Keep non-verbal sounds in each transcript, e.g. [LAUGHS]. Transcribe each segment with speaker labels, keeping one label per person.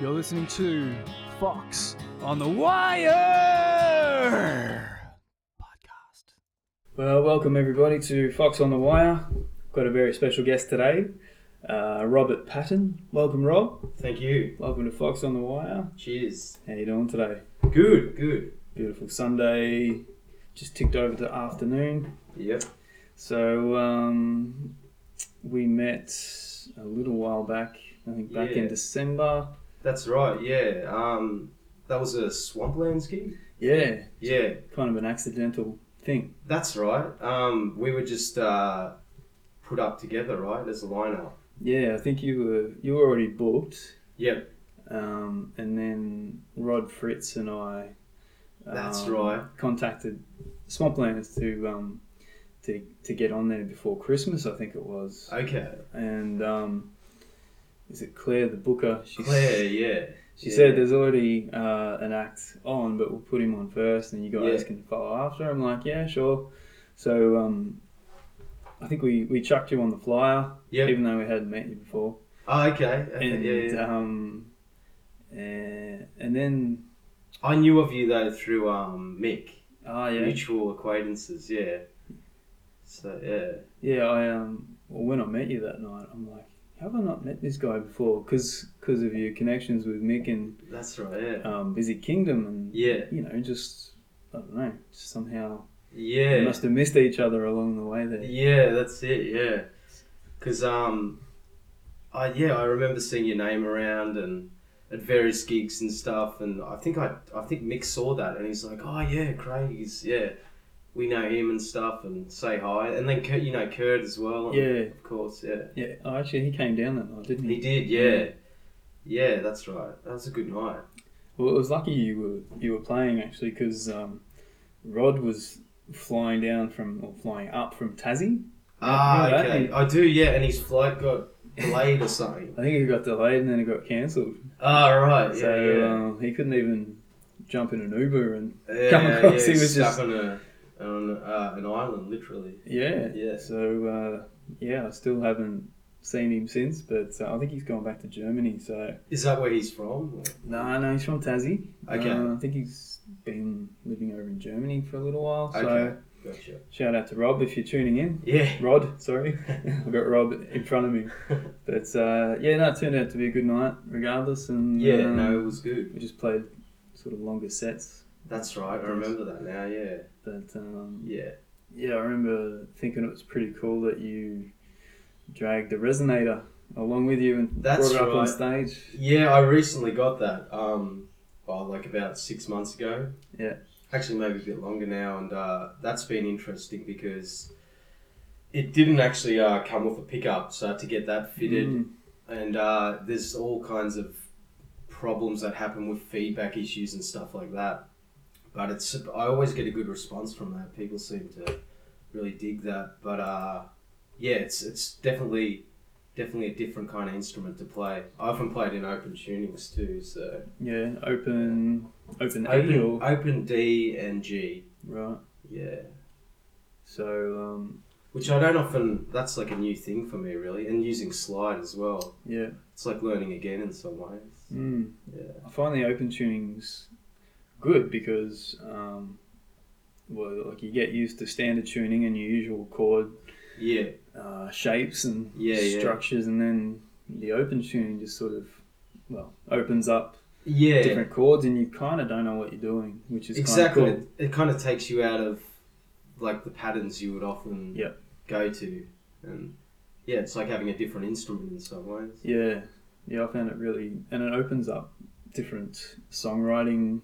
Speaker 1: You're listening to Fox on the Wire podcast.
Speaker 2: Well, welcome everybody to Fox on the Wire. Got a very special guest today, uh, Robert Patton. Welcome, Rob.
Speaker 3: Thank you.
Speaker 2: Welcome to Fox on the Wire.
Speaker 3: Cheers.
Speaker 2: How you doing today?
Speaker 3: Good, good.
Speaker 2: Beautiful Sunday. Just ticked over to afternoon.
Speaker 3: Yep.
Speaker 2: So um, we met a little while back. I think back in
Speaker 3: Yeah.
Speaker 2: December.
Speaker 3: That's right, yeah. Um, that was a swampland scheme?
Speaker 2: Yeah,
Speaker 3: Yeah,
Speaker 2: kind of an accidental thing.
Speaker 3: that's right. Um, we were just uh, put up together, right, as a lineup.
Speaker 2: Yeah, I think you were you were already booked.
Speaker 3: Yep,
Speaker 2: Um, and then Rod Fritz and I. um,
Speaker 3: That's right.
Speaker 2: Contacted Swamplands to um, to to get on there before Christmas, I think it was.
Speaker 3: okay.
Speaker 2: And um, is it Claire the Booker? She
Speaker 3: Claire, yeah.
Speaker 2: She
Speaker 3: yeah.
Speaker 2: said there's already uh, an act on, but we'll put him on first, and you guys
Speaker 3: Yeah.
Speaker 2: can follow after. I'm like, yeah, sure. So um, I think we, we chucked you on the flyer,
Speaker 3: Yep.
Speaker 2: even though we hadn't met you before
Speaker 3: Oh, okay. okay,
Speaker 2: and
Speaker 3: yeah, yeah.
Speaker 2: um, and, and then
Speaker 3: I knew of you, though, through um, Mick.
Speaker 2: ah yeah,
Speaker 3: Mutual acquaintances, yeah. So, yeah.
Speaker 2: yeah. I um, well, when I met you that night, I'm like, have I not met this guy before? Because of your connections with Mick and
Speaker 3: That's right, yeah.
Speaker 2: um, Busy Kingdom, and
Speaker 3: Yeah.
Speaker 2: you know, just I don't know, just somehow
Speaker 3: Yeah.
Speaker 2: we must have missed each other along the way there.
Speaker 3: Yeah, that's it. Yeah, because um, I yeah I remember seeing your name around and at various gigs and stuff, and I think I I think Mick saw that and he's like, oh yeah, Craig is yeah, we know him and stuff, and say hi, and then Kurt, you know Kurt as well. and-
Speaker 2: Yeah. Mm-hmm.
Speaker 3: of course. Yeah,
Speaker 2: Yeah, oh, actually, he came down that night, didn't he?
Speaker 3: he did. Yeah, yeah, that's right. That was a good night.
Speaker 2: Well, it was lucky you were you were playing actually, because um, Rod was flying down from or flying up from Tassie.
Speaker 3: Ah,
Speaker 2: yeah,
Speaker 3: okay.
Speaker 2: that-
Speaker 3: I do. Yeah, and his flight got delayed
Speaker 2: [LAUGHS]
Speaker 3: or something.
Speaker 2: I think it got delayed and then it got cancelled.
Speaker 3: Ah, right. Yeah,
Speaker 2: So
Speaker 3: yeah.
Speaker 2: uh, he couldn't even jump in an Uber and
Speaker 3: yeah,
Speaker 2: come across,
Speaker 3: yeah,
Speaker 2: he was
Speaker 3: stuck
Speaker 2: just-
Speaker 3: on a on uh, an island, literally.
Speaker 2: yeah.
Speaker 3: Yeah.
Speaker 2: So uh, yeah, I still haven't seen him since, but uh, I think he's gone back to Germany. So
Speaker 3: Is that where he's from?
Speaker 2: no, no, he's from Tassie.
Speaker 3: Okay.
Speaker 2: Uh, I think he's been living over in Germany for a little while. So
Speaker 3: Okay. Gotcha.
Speaker 2: shout out to Rob if you're tuning in.
Speaker 3: Yeah.
Speaker 2: Rod, sorry, [LAUGHS] I've got Rob in front of me. But uh, yeah, no, it turned out to be a good night regardless, and
Speaker 3: [LAUGHS] Yeah,
Speaker 2: um,
Speaker 3: no, it was good.
Speaker 2: we just played sort of longer sets.
Speaker 3: That's right. I remember that now. Yeah.
Speaker 2: But um,
Speaker 3: Yeah.
Speaker 2: Yeah, I remember thinking it was pretty cool that you dragged the resonator along with you and
Speaker 3: That's
Speaker 2: brought it up on
Speaker 3: right.
Speaker 2: stage.
Speaker 3: Yeah, I recently got that. Um, well, like about six months ago.
Speaker 2: Yeah.
Speaker 3: Actually, maybe a bit longer now, and uh, that's been interesting because it didn't actually uh, come with a pickup, so I had to get that fitted.
Speaker 2: Mm.
Speaker 3: and uh, there's all kinds of problems that happen with feedback issues and stuff like that. But it's I always get a good response from that. People seem to really dig that. But uh, yeah, it's it's definitely definitely a different kind of instrument to play. I often played in open tunings too, so
Speaker 2: Yeah, open, open, A
Speaker 3: open,
Speaker 2: or
Speaker 3: open D and G.
Speaker 2: right.
Speaker 3: Yeah.
Speaker 2: So um,
Speaker 3: Which I don't often, that's like a new thing for me, really, and using slide as well.
Speaker 2: yeah,
Speaker 3: It's like learning again in some ways.
Speaker 2: mm.
Speaker 3: Yeah.
Speaker 2: I find the open tuning's good because um, well, like you get used to standard tuning and your usual chord
Speaker 3: Yeah.
Speaker 2: uh, shapes and
Speaker 3: Yeah, yeah.
Speaker 2: structures, and then the open tuning just sort of well opens up
Speaker 3: Yeah.
Speaker 2: different chords and you kind of don't know what you're doing, which is
Speaker 3: exactly.
Speaker 2: Kind of cool.
Speaker 3: It, it kind of takes you out of like the patterns you would often
Speaker 2: Yep.
Speaker 3: go to, and yeah, it's like having a different instrument in some ways.
Speaker 2: Yeah, yeah, I found it really, and it opens up different songwriting,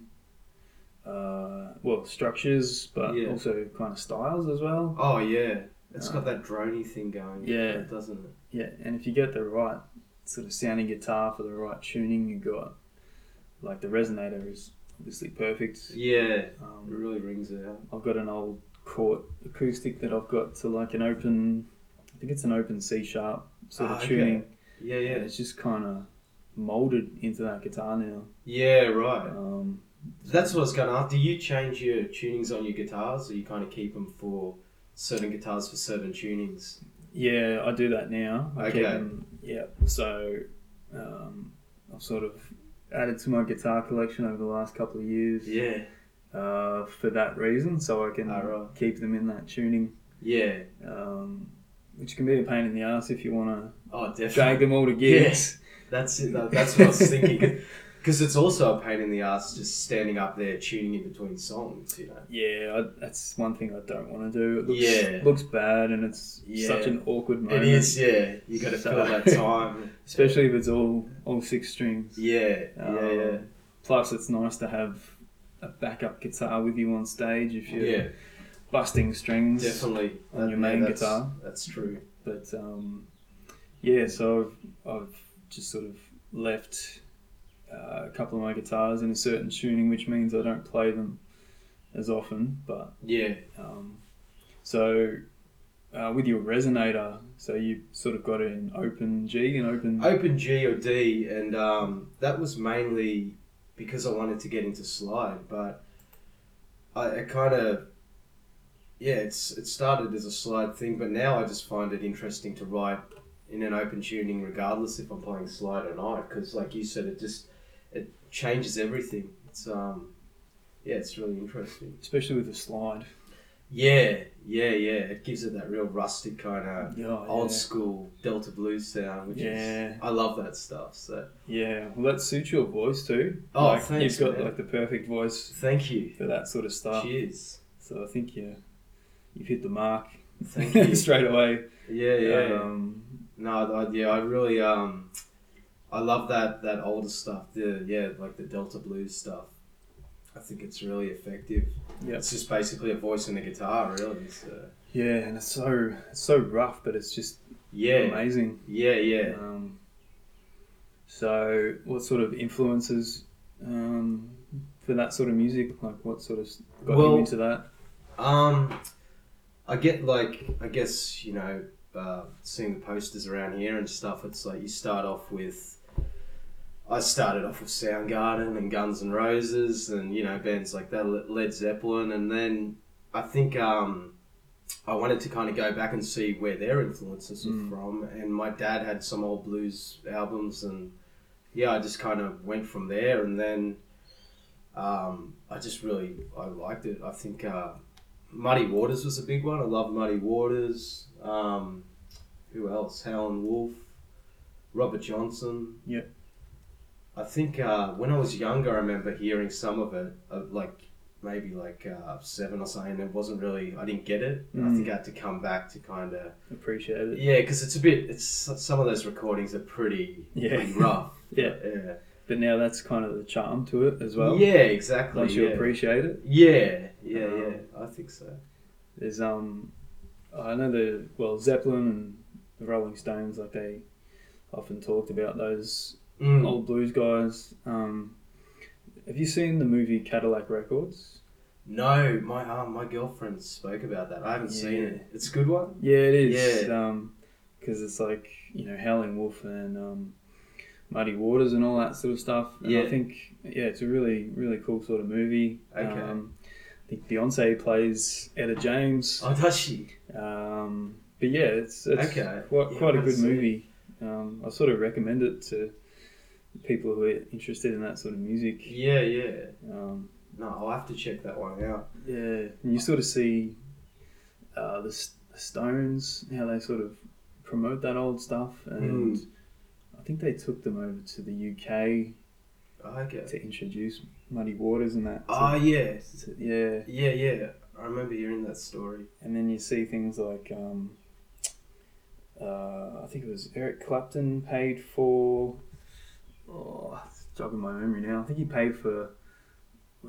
Speaker 2: uh, well, structures, but
Speaker 3: Yeah.
Speaker 2: also kind of styles as well.
Speaker 3: Oh yeah, it's
Speaker 2: Uh,
Speaker 3: got that drony thing going.
Speaker 2: yeah.
Speaker 3: it, doesn't it?
Speaker 2: Yeah, and if you get the right sort of sounding guitar for the right tuning you got, like the resonator is obviously perfect.
Speaker 3: Yeah, it
Speaker 2: Um,
Speaker 3: really rings it out.
Speaker 2: I've got an old Court acoustic that I've got to like an open, I think it's an open C sharp sort
Speaker 3: Ah,
Speaker 2: of
Speaker 3: okay.
Speaker 2: tuning.
Speaker 3: Yeah,
Speaker 2: yeah,
Speaker 3: yeah,
Speaker 2: it's just kind of molded into that guitar now.
Speaker 3: yeah. Right.
Speaker 2: Um,
Speaker 3: That's what I was going to ask. Do you change your tunings on your guitars, or you kind of keep them for certain guitars for certain tunings?
Speaker 2: yeah, I do that now. I
Speaker 3: Okay.
Speaker 2: Keep them, yeah, so um, I've sort of added to my guitar collection over the last couple of years
Speaker 3: Yeah. Ah,
Speaker 2: uh, for that reason, so I can
Speaker 3: Alright.
Speaker 2: keep them in that tuning,
Speaker 3: Yeah.
Speaker 2: um, which can be a pain in the ass if you want
Speaker 3: [LAUGHS] Oh,
Speaker 2: to drag
Speaker 3: definitely.
Speaker 2: them all to gigs.
Speaker 3: That's it. That- That's what I was thinking. Because it's also a pain in the ass just standing up there tuning in between songs, you know.
Speaker 2: Yeah, I, that's one thing I don't want to do. It looks,
Speaker 3: Yeah.
Speaker 2: looks bad, and it's
Speaker 3: Yeah.
Speaker 2: such an awkward moment.
Speaker 3: It is, yeah. You got to
Speaker 2: So-
Speaker 3: fill that time,
Speaker 2: [LAUGHS] especially if it's all all six strings.
Speaker 3: Yeah, yeah, yeah,
Speaker 2: Um, Plus, it's nice to have a backup guitar with you on stage if you're
Speaker 3: yeah.
Speaker 2: busting strings.
Speaker 3: Definitely
Speaker 2: on your main
Speaker 3: that's,
Speaker 2: guitar.
Speaker 3: That's true.
Speaker 2: But um, yeah, so I've, I've just sort of left uh, a couple of my guitars in a certain tuning, which means I don't play them as often. But
Speaker 3: Yeah,
Speaker 2: um, so uh, with your resonator, so you sort of got it in open G and open.
Speaker 3: open G or D, and um, that was mainly because I wanted to get into slide, but I, I kind of yeah, it's it started as a slide thing, but now I just find it interesting to write in an open tuning, regardless if I'm playing slide or not, because like you said, it just it changes everything. It's um yeah, it's really interesting.
Speaker 2: Especially with the slide.
Speaker 3: Yeah, yeah, yeah. It gives it that real rustic kind of
Speaker 2: Yeah,
Speaker 3: old
Speaker 2: yeah.
Speaker 3: school Delta blues sound, which
Speaker 2: Yeah.
Speaker 3: is I love that stuff. So
Speaker 2: Yeah, well, that suits your voice too.
Speaker 3: Oh,
Speaker 2: like,
Speaker 3: thanks,
Speaker 2: You've got
Speaker 3: man.
Speaker 2: like the perfect voice
Speaker 3: thank you.
Speaker 2: for that sort of stuff.
Speaker 3: Cheers.
Speaker 2: So I think you you've hit the mark
Speaker 3: [LAUGHS]
Speaker 2: [LAUGHS]
Speaker 3: Thank you.
Speaker 2: straight away.
Speaker 3: Yeah, yeah.
Speaker 2: Um,
Speaker 3: no, I, yeah. I really um, I love that that older stuff. The yeah, like the Delta blues stuff. I think it's really effective.
Speaker 2: yeah,
Speaker 3: It's just basically a voice and a guitar, really. uh, So
Speaker 2: yeah, and it's so it's so rough, but it's just
Speaker 3: yeah,
Speaker 2: amazing.
Speaker 3: yeah, yeah.
Speaker 2: Um, so what sort of influences um, for that sort of music? Like what sort of s- got
Speaker 3: Well-
Speaker 2: you into that?
Speaker 3: Um, I get like I guess you know uh, seeing the posters around here and stuff. It's like you start off with. I started off with Soundgarden and Guns N' Roses and you know bands like that, Le- Led Zeppelin, and then I think um, I wanted to kind of go back and see where their influences
Speaker 2: Mm.
Speaker 3: were from. And my dad had some old blues albums, and yeah, I just kind of went from there. And then um, I just really I liked it. I think uh, Muddy Waters was a big one. I love Muddy Waters. Um, who else? Howlin' Wolf, Robert Johnson.
Speaker 2: Yeah.
Speaker 3: I think uh, when I was younger, I remember hearing some of it, uh, like maybe like uh, seven or something. It wasn't really. I didn't get it. And I
Speaker 2: Mm.
Speaker 3: think I had to come back to kind of
Speaker 2: Appreciate it.
Speaker 3: yeah, because it's a bit. It's some of those recordings are pretty
Speaker 2: Yeah.
Speaker 3: pretty rough.
Speaker 2: [LAUGHS] Yeah.
Speaker 3: Yeah.
Speaker 2: But now that's kind of the charm to it as well.
Speaker 3: yeah, exactly.
Speaker 2: Once you
Speaker 3: yeah.
Speaker 2: appreciate it.
Speaker 3: Yeah, yeah,
Speaker 2: Um,
Speaker 3: yeah. I think so.
Speaker 2: There's um, I know the well Zeppelin and the Rolling Stones like they often talked about those
Speaker 3: Mm.
Speaker 2: old blues guys. Um, have you seen the movie Cadillac Records?
Speaker 3: No, my uh, my girlfriend spoke about that. I haven't seen it. It's a good one.
Speaker 2: Yeah, it is. Um, because it's like you know Howling Wolf and um, Muddy Waters and all that sort of stuff. And I
Speaker 3: Yeah.
Speaker 2: think yeah, it's a really really cool sort of movie.
Speaker 3: Okay.
Speaker 2: Um, I think Beyonce plays Etta James.
Speaker 3: Oh, does she?
Speaker 2: Um, but yeah, it's, it's
Speaker 3: Okay.
Speaker 2: quite,
Speaker 3: Yeah,
Speaker 2: quite a
Speaker 3: I
Speaker 2: good
Speaker 3: see.
Speaker 2: movie. Um, I sort of recommend it to people who are interested in that sort of music.
Speaker 3: Yeah, yeah.
Speaker 2: Um,
Speaker 3: No, I'll have to check that one out.
Speaker 2: yeah, and you sort of see uh, the, S- the Stones, how they sort of promote that old stuff,
Speaker 3: Hmm.
Speaker 2: and I think they took them over to the
Speaker 3: Okay.
Speaker 2: UK to introduce Muddy Waters and that.
Speaker 3: Oh,
Speaker 2: to-
Speaker 3: yeah.
Speaker 2: to- yeah,
Speaker 3: Yeah, yeah. I remember hearing that story.
Speaker 2: and then you see things like. Um, uh, I think it was Eric Clapton paid for. Oh, it's jogging my memory now. I think he paid for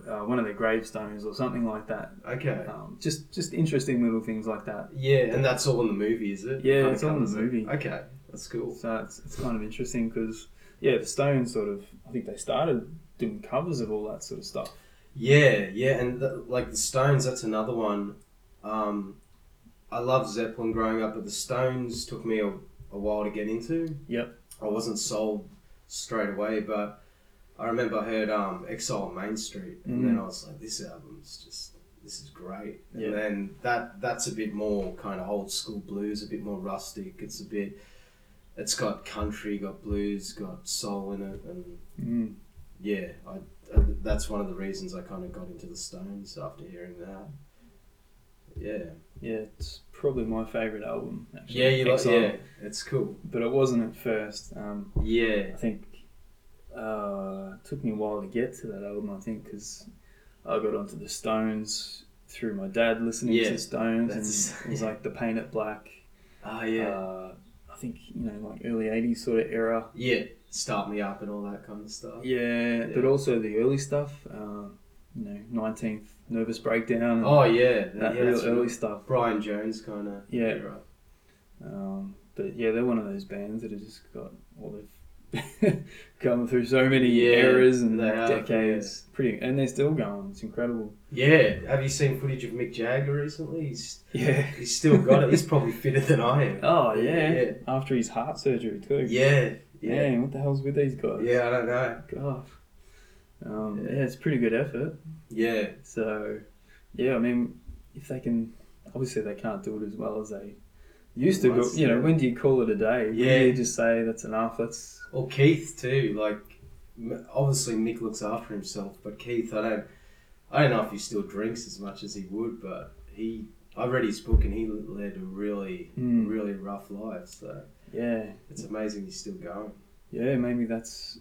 Speaker 2: uh, one of their gravestones or something like that.
Speaker 3: Okay.
Speaker 2: Um, just just interesting little things like that.
Speaker 3: Yeah, and that's all in the movie, is it?
Speaker 2: Yeah,
Speaker 3: Kinda
Speaker 2: it's all in the
Speaker 3: covers it.
Speaker 2: movie.
Speaker 3: Okay, that's cool.
Speaker 2: So it's, it's kind of interesting because yeah, the Stones sort of I think they started doing covers of all that sort of stuff.
Speaker 3: Yeah, yeah, and the, like the Stones, that's another one. Um, I loved Zeppelin growing up, but the Stones took me a, a while to get into.
Speaker 2: Yep.
Speaker 3: I wasn't sold straight away, but I remember I heard um, Exile on Main Street, and then
Speaker 2: Mm.
Speaker 3: I was like, this album's just this is great.
Speaker 2: Yeah.
Speaker 3: And then that that's a bit more kind of old school blues, a bit more rustic. It's a bit, it's got country, got blues, got soul in it, and
Speaker 2: Mm.
Speaker 3: yeah, I, uh, that's one of the reasons I kind of got into the Stones after hearing that. Yeah.
Speaker 2: Yeah, it's probably my favourite album. Actually.
Speaker 3: Yeah, you like,
Speaker 2: Exile.
Speaker 3: yeah, it's cool.
Speaker 2: But it wasn't at first. Um,
Speaker 3: Yeah.
Speaker 2: I think uh, it took me a while to get to that album. I think because I got onto the Stones through my dad listening
Speaker 3: Yeah,
Speaker 2: to the Stones,
Speaker 3: [LAUGHS] that's-
Speaker 2: and it was like the Paint It Black.
Speaker 3: Oh, yeah.
Speaker 2: Uh, I think you know, like early '80s sort of era.
Speaker 3: yeah. Start me up and all that kind of stuff.
Speaker 2: Yeah, but
Speaker 3: Yeah.
Speaker 2: also the early stuff. Uh, you know, Nineteenth Nervous Breakdown. And
Speaker 3: Oh, yeah.
Speaker 2: that
Speaker 3: yeah,
Speaker 2: real
Speaker 3: that's
Speaker 2: early
Speaker 3: really-
Speaker 2: stuff.
Speaker 3: Brian Jones kind of.
Speaker 2: Yeah. Um, but yeah, they're one of those bands that have just got well, they've [LAUGHS] come through so many
Speaker 3: Yeah,
Speaker 2: eras and
Speaker 3: they have,
Speaker 2: decades. Pretty, and they're still going. It's incredible.
Speaker 3: Yeah. Have you seen footage of Mick Jagger recently? He's
Speaker 2: Yeah.
Speaker 3: he's still got it. He's probably fitter than I [LAUGHS] am.
Speaker 2: Oh yeah.
Speaker 3: Yeah.
Speaker 2: After his heart surgery too.
Speaker 3: Yeah. Yeah.
Speaker 2: Man, what the hell's with these guys?
Speaker 3: Yeah, I don't know.
Speaker 2: God. Um,
Speaker 3: Yeah.
Speaker 2: yeah. it's pretty good effort.
Speaker 3: Yeah.
Speaker 2: So, yeah, I mean, if they can, obviously they can't do it as well as they used to. But
Speaker 3: Once,
Speaker 2: you know,
Speaker 3: yeah.
Speaker 2: when do you call it a day? When
Speaker 3: Yeah.
Speaker 2: do you just say that's enough? Let's
Speaker 3: Or Keith too. Like, m- obviously Mick looks after himself, but Keith, I don't, I don't know if he still drinks as much as he would, but he, I read his book and he led a really,
Speaker 2: Hmm.
Speaker 3: really rough life. So
Speaker 2: yeah,
Speaker 3: it's amazing he's still going.
Speaker 2: yeah. Maybe that's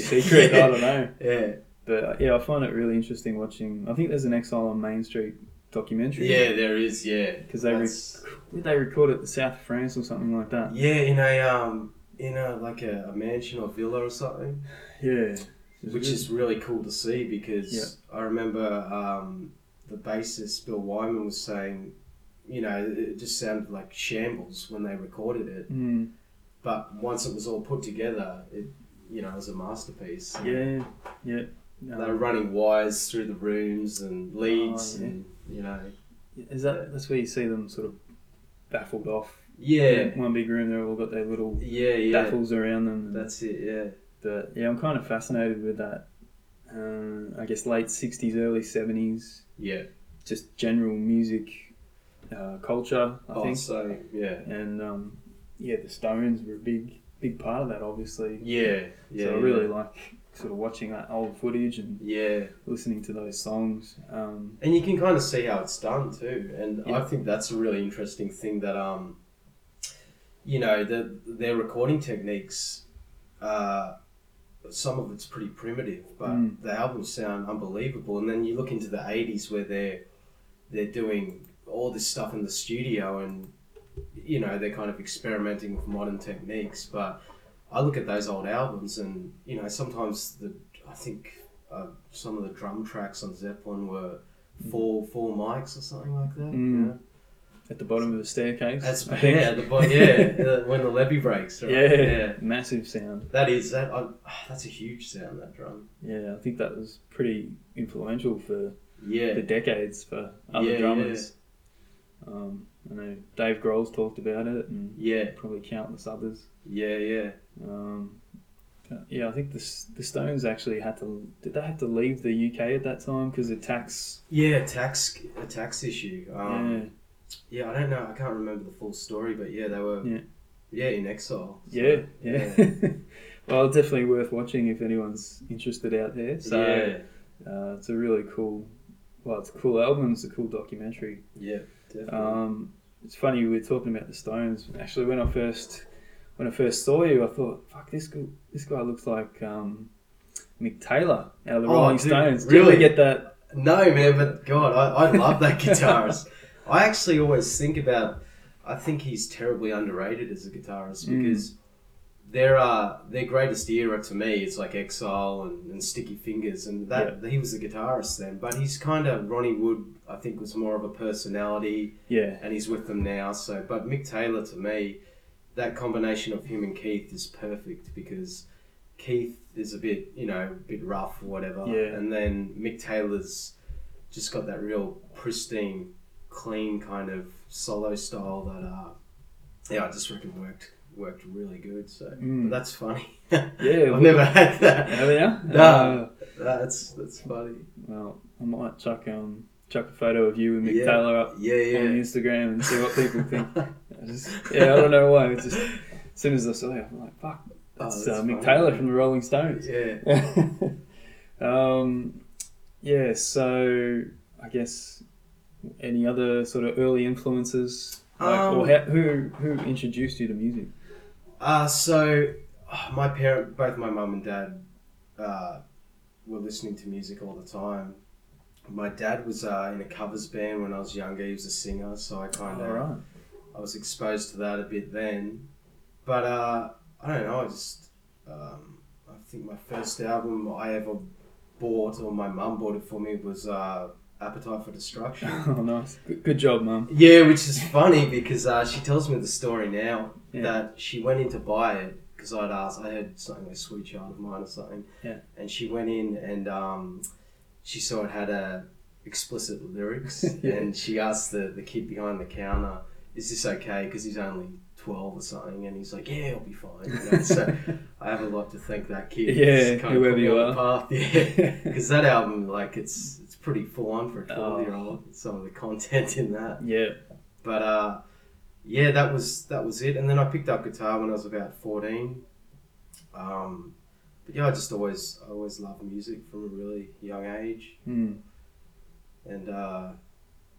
Speaker 2: [LAUGHS] secret. I don't know.
Speaker 3: [LAUGHS] yeah,
Speaker 2: But uh, yeah, I find it really interesting watching. I think there's an Exile on Main Street documentary.
Speaker 3: yeah, there is. Yeah,
Speaker 2: because they re-
Speaker 3: That's-
Speaker 2: did they record it in the south of France or something like that.
Speaker 3: yeah, in a um, in a like a, a mansion or villa or something.
Speaker 2: Yeah,
Speaker 3: which is really cool to see because I remember um, the bassist Bill Wyman was saying, you know, it just sounded like shambles when they recorded it,
Speaker 2: Mm,
Speaker 3: but once it was all put together, it, you know, it was a masterpiece.
Speaker 2: yeah, yeah. No.
Speaker 3: They were running wires through the rooms and leads,
Speaker 2: Oh, yeah.
Speaker 3: and you know,
Speaker 2: Is that that's where you see them sort of baffled off?
Speaker 3: yeah,
Speaker 2: In one big room, they've all got their little
Speaker 3: yeah, yeah.
Speaker 2: baffles around them. and-
Speaker 3: That's it. Yeah,
Speaker 2: but yeah, I'm kind of fascinated with that. Uh, I guess late '60s, early '70s,
Speaker 3: yeah.
Speaker 2: just general music uh, culture. I
Speaker 3: oh,
Speaker 2: think.
Speaker 3: so yeah,
Speaker 2: and um, yeah, the Stones were a big big part of that, obviously.
Speaker 3: yeah, yeah.
Speaker 2: so I really like sort of watching that old footage and
Speaker 3: yeah.
Speaker 2: listening to those songs. Um,
Speaker 3: And you can kind of see how it's done too, and I
Speaker 2: Yeah.
Speaker 3: think that's a really interesting thing that um, you know, the their recording techniques, uh, some of it's pretty primitive, but
Speaker 2: Mm.
Speaker 3: the albums sound unbelievable. And then you look into the eighties where they're they're doing all this stuff in the studio, and you know they're kind of experimenting with modern techniques. But I look at those old albums, and you know sometimes the I think uh, some of the drum tracks on Zeppelin were four four mics or something like that.
Speaker 2: Mm.
Speaker 3: you know?
Speaker 2: at the bottom of the staircase, [LAUGHS]
Speaker 3: That's
Speaker 2: I
Speaker 3: yeah,
Speaker 2: think.
Speaker 3: at the bo-
Speaker 2: [LAUGHS]
Speaker 3: yeah, uh, when the levee breaks. Right?
Speaker 2: yeah, massive sound.
Speaker 3: that is that. I, ah, that's a huge sound that drum.
Speaker 2: Yeah, I think that was pretty influential for
Speaker 3: Yeah,
Speaker 2: the decades for other
Speaker 3: Yeah,
Speaker 2: drummers. Um, I know Dave Grohl's talked about it, and
Speaker 3: yeah,
Speaker 2: probably countless others.
Speaker 3: yeah, yeah.
Speaker 2: Um, but yeah, I think the S- the Stones actually had to. Did they have to leave the UK at that time because of tax?
Speaker 3: Yeah, tax a tax issue.
Speaker 2: yeah,
Speaker 3: Um, yeah. I don't know. I can't remember the full story, but yeah, they were
Speaker 2: Yeah.
Speaker 3: yeah, in exile. so,
Speaker 2: yeah, yeah. [LAUGHS] well, it's definitely worth watching if anyone's interested out there. So
Speaker 3: yeah,
Speaker 2: uh, it's a really cool. Well, it's a cool album. It's a cool documentary.
Speaker 3: yeah, definitely.
Speaker 2: Um, it's funny we were talking about the Stones. Actually, when I first when I first saw you, I thought, "Fuck this guy! This guy looks like um, Mick Taylor out of the
Speaker 3: Oh,
Speaker 2: Rolling
Speaker 3: dude,
Speaker 2: Stones." Did
Speaker 3: really?
Speaker 2: we get that?
Speaker 3: no, man, but God, I, I love that [LAUGHS] guitarist. I actually always think about. I think he's terribly underrated as a guitarist
Speaker 2: Mm.
Speaker 3: because their uh, their greatest era to me is like Exile and, and Sticky Fingers, and that he was a guitarist then. But he's kind of Ronnie Wood. I think was more of a personality.
Speaker 2: Yeah,
Speaker 3: and he's with them now. So, but Mick Taylor to me, that combination of him and Keith is perfect because Keith is a bit, you know, a bit rough or whatever,
Speaker 2: Yeah.
Speaker 3: and then Mick Taylor's just got that real pristine, clean kind of solo style that, uh, yeah, I just reckon worked worked really good. So
Speaker 2: Mm.
Speaker 3: but that's funny. [LAUGHS]
Speaker 2: yeah.
Speaker 3: I've never had
Speaker 2: Have
Speaker 3: that.
Speaker 2: ya?
Speaker 3: [LAUGHS] No.
Speaker 2: Uh,
Speaker 3: That's that's funny.
Speaker 2: well, I might chuck um chuck a photo of you and Mick
Speaker 3: Yeah.
Speaker 2: Taylor up
Speaker 3: Yeah,
Speaker 2: on
Speaker 3: yeah.
Speaker 2: Instagram and
Speaker 3: [LAUGHS]
Speaker 2: see what people think. I just, yeah, I don't know why. It's just as soon as I saw you, I'm like, fuck. That's
Speaker 3: Oh, that's
Speaker 2: uh, Mick
Speaker 3: funny.
Speaker 2: Taylor from the Rolling Stones.
Speaker 3: Yeah.
Speaker 2: [LAUGHS] um, yeah, so I guess any other sort of early influences, like, or
Speaker 3: Um,
Speaker 2: how, who who introduced you to music?
Speaker 3: Uh, so uh, my parent, both my mum and dad, uh, were listening to music all the time. My dad was uh, in a covers band when I was younger. He was a singer, so I kind of
Speaker 2: All right, [LAUGHS]
Speaker 3: I was exposed to that a bit then. But uh, I don't know. I just um, I think my first album I ever bought, or my mum bought it for me, was uh, Appetite for Destruction.
Speaker 2: [LAUGHS] oh nice, good, good job, mum.
Speaker 3: Yeah, which is funny because uh, she tells me the story now
Speaker 2: Yeah.
Speaker 3: that she went in to buy it because I'd asked, I had something like Sweet Child of Mine or something.
Speaker 2: Yeah.
Speaker 3: And she went in and um, she saw it had a explicit lyrics
Speaker 2: [LAUGHS] Yeah.
Speaker 3: and she asked the, the kid behind the counter, is this okay? Because he's only 12 or something. And he's like, yeah, I'll be fine. You
Speaker 2: [LAUGHS]
Speaker 3: know? so I have a lot to thank that kid.
Speaker 2: Yeah,
Speaker 3: He's kinda
Speaker 2: whoever
Speaker 3: put me
Speaker 2: you
Speaker 3: on the Path. [LAUGHS] Yeah. Because that album, like, it's, it's pretty full on for a 12 year
Speaker 2: Oh.
Speaker 3: old, some of the content in that
Speaker 2: yeah,
Speaker 3: but uh, yeah, that was that was it. And then I picked up guitar when I was about fourteen. Um, but yeah, I just always I always loved music from a really young age,
Speaker 2: Hmm.
Speaker 3: and uh,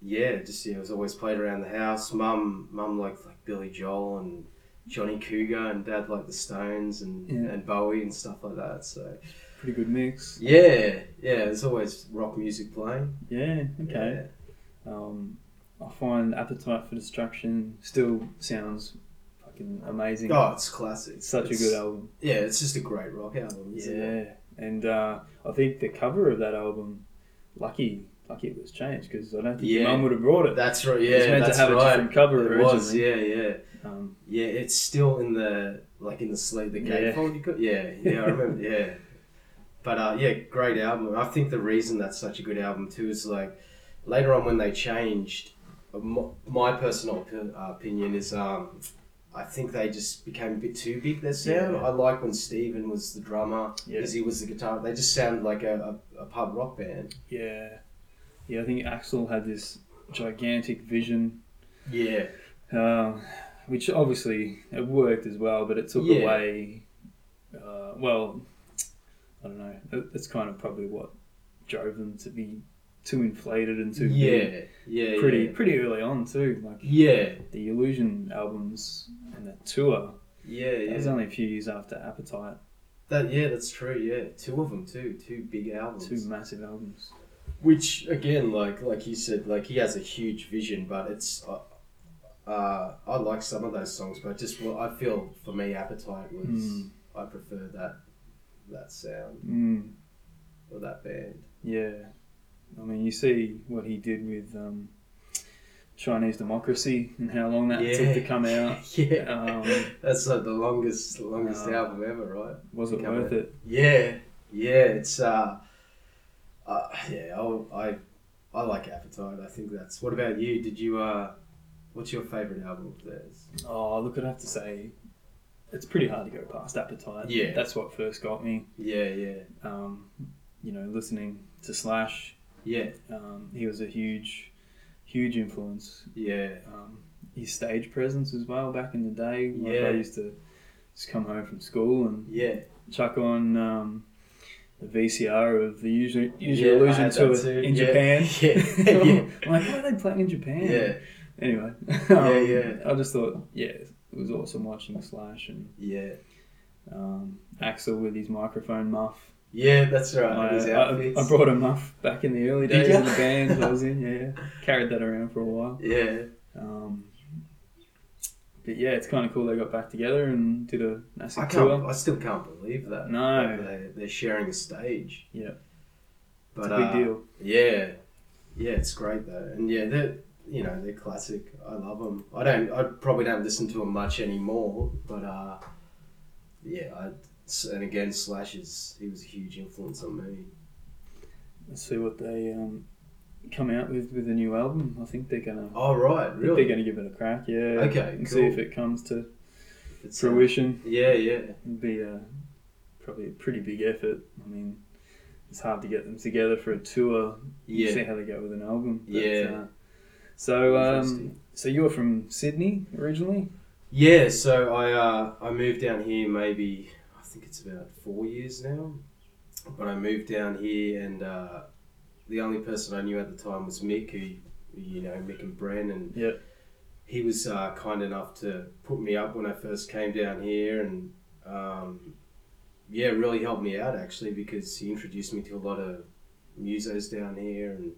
Speaker 3: yeah, just yeah, it was always played around the house. Mum, mum liked like Billy Joel and Johnny Cougar, and Dad liked the Stones and
Speaker 2: Yeah.
Speaker 3: and Bowie and stuff like that. So
Speaker 2: pretty good mix.
Speaker 3: yeah, yeah, there's always rock music playing.
Speaker 2: Yeah, okay. Um, I find Appetite for Destruction still sounds fucking amazing.
Speaker 3: Yeah. Oh, it's classic.
Speaker 2: it's such
Speaker 3: It's-
Speaker 2: a good album.
Speaker 3: Yeah, it's just a great rock album. Isn't It?
Speaker 2: Yeah, and uh, I think the cover of that album, lucky, lucky it was changed because I don't think your
Speaker 3: Yeah.
Speaker 2: mum would have brought it.
Speaker 3: That's right.
Speaker 2: it was
Speaker 3: Yeah,
Speaker 2: meant
Speaker 3: that's
Speaker 2: to have
Speaker 3: right.
Speaker 2: a different cover
Speaker 3: it
Speaker 2: originally.
Speaker 3: was. Yeah, yeah,
Speaker 2: Um,
Speaker 3: yeah. It's still in the like in the sleeve, the
Speaker 2: Yeah.
Speaker 3: gatefold. You could, yeah, yeah. I remember. Yeah, but uh, yeah, great album. I think the reason that's such a good album too is like later on when they changed. My, my personal opi- uh, opinion is, um, I think they just became a bit too big. Their sound.
Speaker 2: Yeah.
Speaker 3: I like when Steven was the drummer,
Speaker 2: Yeah.
Speaker 3: Izzy was the guitar. They just sounded like a, a, a pub rock band.
Speaker 2: yeah, yeah. I think Axel had this gigantic vision,
Speaker 3: Yeah,
Speaker 2: um, which obviously it worked as well, but it took
Speaker 3: Yeah.
Speaker 2: away. Uh, well, I don't know. That- That's kind of probably what drove them to be too inflated and too big
Speaker 3: yeah, yeah.
Speaker 2: Pretty, pretty early on too. Like
Speaker 3: Yeah,
Speaker 2: the Illusion albums and the tour.
Speaker 3: yeah,
Speaker 2: It
Speaker 3: yeah.
Speaker 2: was only a few years after Appetite,
Speaker 3: That yeah, that's true. Yeah, two of them too, two big albums.
Speaker 2: two massive albums.
Speaker 3: Which again, like like you said, like he has a huge vision, but it's. Uh, uh, I like some of those songs, but just well, I feel for me, Appetite was
Speaker 2: Mm.
Speaker 3: I prefer that that sound
Speaker 2: Mm,
Speaker 3: or that band.
Speaker 2: yeah, I mean, you see what he did with um, Chinese Democracy and how long that took to come out.
Speaker 3: [LAUGHS] yeah,
Speaker 2: Um,
Speaker 3: that's like the longest longest
Speaker 2: Uh,
Speaker 3: album ever, right?
Speaker 2: Was it
Speaker 3: Come
Speaker 2: worth
Speaker 3: out.
Speaker 2: it?
Speaker 3: Yeah, yeah, it's uh, uh yeah, I'll, I, I like Appetite. I think that's. What about you? Did you uh, what's your favorite album of theirs?
Speaker 2: Oh, look, I'd have to say, it's pretty hard to go past Appetite.
Speaker 3: Yeah.
Speaker 2: that's what first got me.
Speaker 3: Yeah, yeah,
Speaker 2: Um, you know, listening to Slash,
Speaker 3: yeah,
Speaker 2: um, he was a huge, huge influence
Speaker 3: yeah,
Speaker 2: um, his stage presence as well back in the day. Like
Speaker 3: Yeah.
Speaker 2: I used to just come home from school and
Speaker 3: yeah.
Speaker 2: chuck on um, the VCR of the usual,
Speaker 3: Yeah,
Speaker 2: usual
Speaker 3: I
Speaker 2: illusion
Speaker 3: had
Speaker 2: tour
Speaker 3: that too.
Speaker 2: in
Speaker 3: Yeah.
Speaker 2: Japan.
Speaker 3: [LAUGHS] Yeah. Yeah.
Speaker 2: [LAUGHS] I'm like, why are they playing in Japan?
Speaker 3: Yeah,
Speaker 2: Anyway, [LAUGHS] um,
Speaker 3: Yeah, yeah.
Speaker 2: I just thought, yeah, it was awesome watching Slash and
Speaker 3: yeah,
Speaker 2: um, Axel with his microphone muff.
Speaker 3: yeah. That's right.
Speaker 2: I,
Speaker 3: His
Speaker 2: I-
Speaker 3: outfits.
Speaker 2: I brought a muff back in the early
Speaker 3: Did
Speaker 2: days
Speaker 3: ya?
Speaker 2: in the band I was
Speaker 3: [LAUGHS]
Speaker 2: in. Yeah, carried that around for a while.
Speaker 3: yeah,
Speaker 2: Um, but yeah, it's kind of cool they got back together and did a
Speaker 3: I
Speaker 2: massive
Speaker 3: can't.
Speaker 2: tour.
Speaker 3: I still can't believe that.
Speaker 2: No.
Speaker 3: that they, they're sharing a stage.
Speaker 2: Yeah.
Speaker 3: but
Speaker 2: It's a big
Speaker 3: uh,
Speaker 2: deal.
Speaker 3: Yeah, yeah, it's great though, and yeah, they're you know they're classic. I love them. I don't. I probably don't listen to them much anymore, but uh, yeah. I, and again, Slash is he was a huge influence on me.
Speaker 2: Let's see what they um, come out with with a new album. I think they're gonna
Speaker 3: Oh right,
Speaker 2: I think
Speaker 3: really?
Speaker 2: they're gonna give it a crack. Yeah.
Speaker 3: Okay,
Speaker 2: And see
Speaker 3: cool.
Speaker 2: if it comes to
Speaker 3: It's, uh,
Speaker 2: fruition.
Speaker 3: yeah, yeah,
Speaker 2: It'd be a, probably a pretty big effort. I mean, it's hard to get them together for a tour. We'll
Speaker 3: yeah,
Speaker 2: see how they go with an album.
Speaker 3: Yeah.
Speaker 2: Uh, so, um,
Speaker 3: Interesting.
Speaker 2: so you're from Sydney originally?
Speaker 3: yeah. So I uh, I moved down here maybe I think it's about four years now. But I moved down here, and uh, the only person I knew at the time was Mick, who you know, Mick and Bren, and
Speaker 2: Yep.
Speaker 3: he was uh, kind enough to put me up when I first came down here, and um, yeah, really helped me out actually because he introduced me to a lot of musos down here and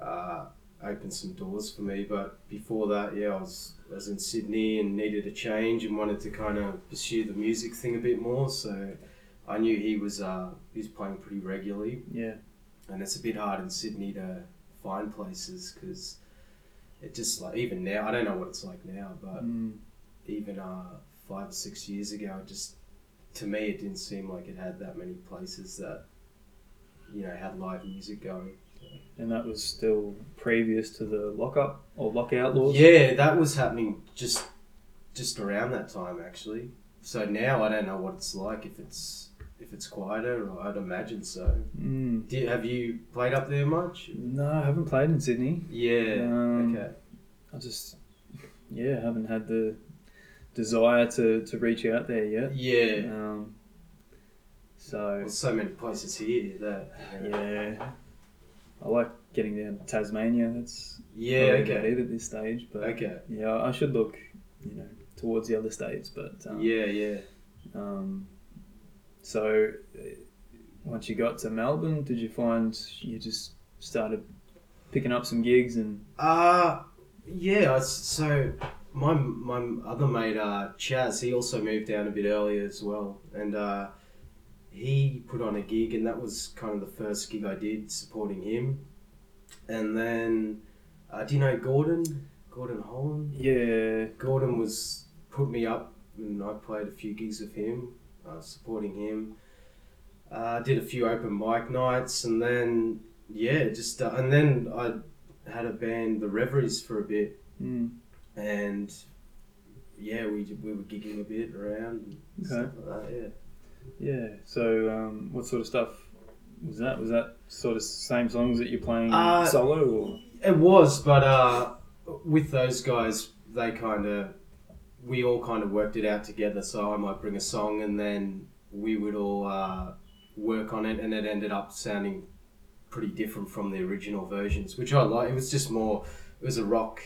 Speaker 3: uh, opened some doors for me. But before that, yeah, I was I was in Sydney and needed a change and wanted to kind of pursue the music thing a bit more. So I knew he was uh, he was playing pretty regularly,
Speaker 2: Yeah.
Speaker 3: and it's a bit hard in Sydney to find places because it just like even now I don't know what it's like now, but
Speaker 2: Mm.
Speaker 3: even uh, five or six years ago, it just to me it didn't seem like it had that many places that you know had live music going.
Speaker 2: And that was still previous to the lockup or lockout laws.
Speaker 3: Yeah, that was happening just just around that time actually. So now I don't know what it's like if it's if it's quieter. Or I'd imagine so.
Speaker 2: Mm.
Speaker 3: Do you, have you played up there much?
Speaker 2: No, I haven't played in Sydney.
Speaker 3: Yeah.
Speaker 2: Um,
Speaker 3: okay.
Speaker 2: I just, yeah, haven't had the desire to, to reach out there yet.
Speaker 3: Yeah.
Speaker 2: Um, so,
Speaker 3: There's so many places here that.
Speaker 2: yeah. I like getting down to Tasmania. That's
Speaker 3: Yeah.
Speaker 2: probably about
Speaker 3: okay.
Speaker 2: it at this stage. But
Speaker 3: Okay.
Speaker 2: yeah, I should look, you know, towards the other states. But um,
Speaker 3: Yeah. Yeah.
Speaker 2: Um, so, uh, once you got to Melbourne, did you find you just started picking up some gigs and
Speaker 3: Uh yeah. I s- So my my other mate uh, Chaz, he also moved down a bit earlier as well, and uh, he put on a gig, and that was kind of the first gig I did supporting him. And then, uh, do you know Gordon? Gordon Holland.
Speaker 2: yeah,
Speaker 3: Gordon was put me up, and I played a few gigs with him, uh, supporting him. Uh, did a few open mic nights, and then yeah, just uh, and then I had a band, the Reveries, for a bit,
Speaker 2: mm,
Speaker 3: and yeah, we we were gigging a bit around. And stuff like that, yeah.
Speaker 2: yeah. So, um, what sort of stuff was that? Was that sort of same songs that you're playing
Speaker 3: Uh,
Speaker 2: solo or
Speaker 3: It was, but uh, with those guys, they kind of, we all kind of worked it out together. So I might bring a song, and then we would all uh, work on it, and it ended up sounding pretty different from the original versions, which I like. It was just more, it was a rock,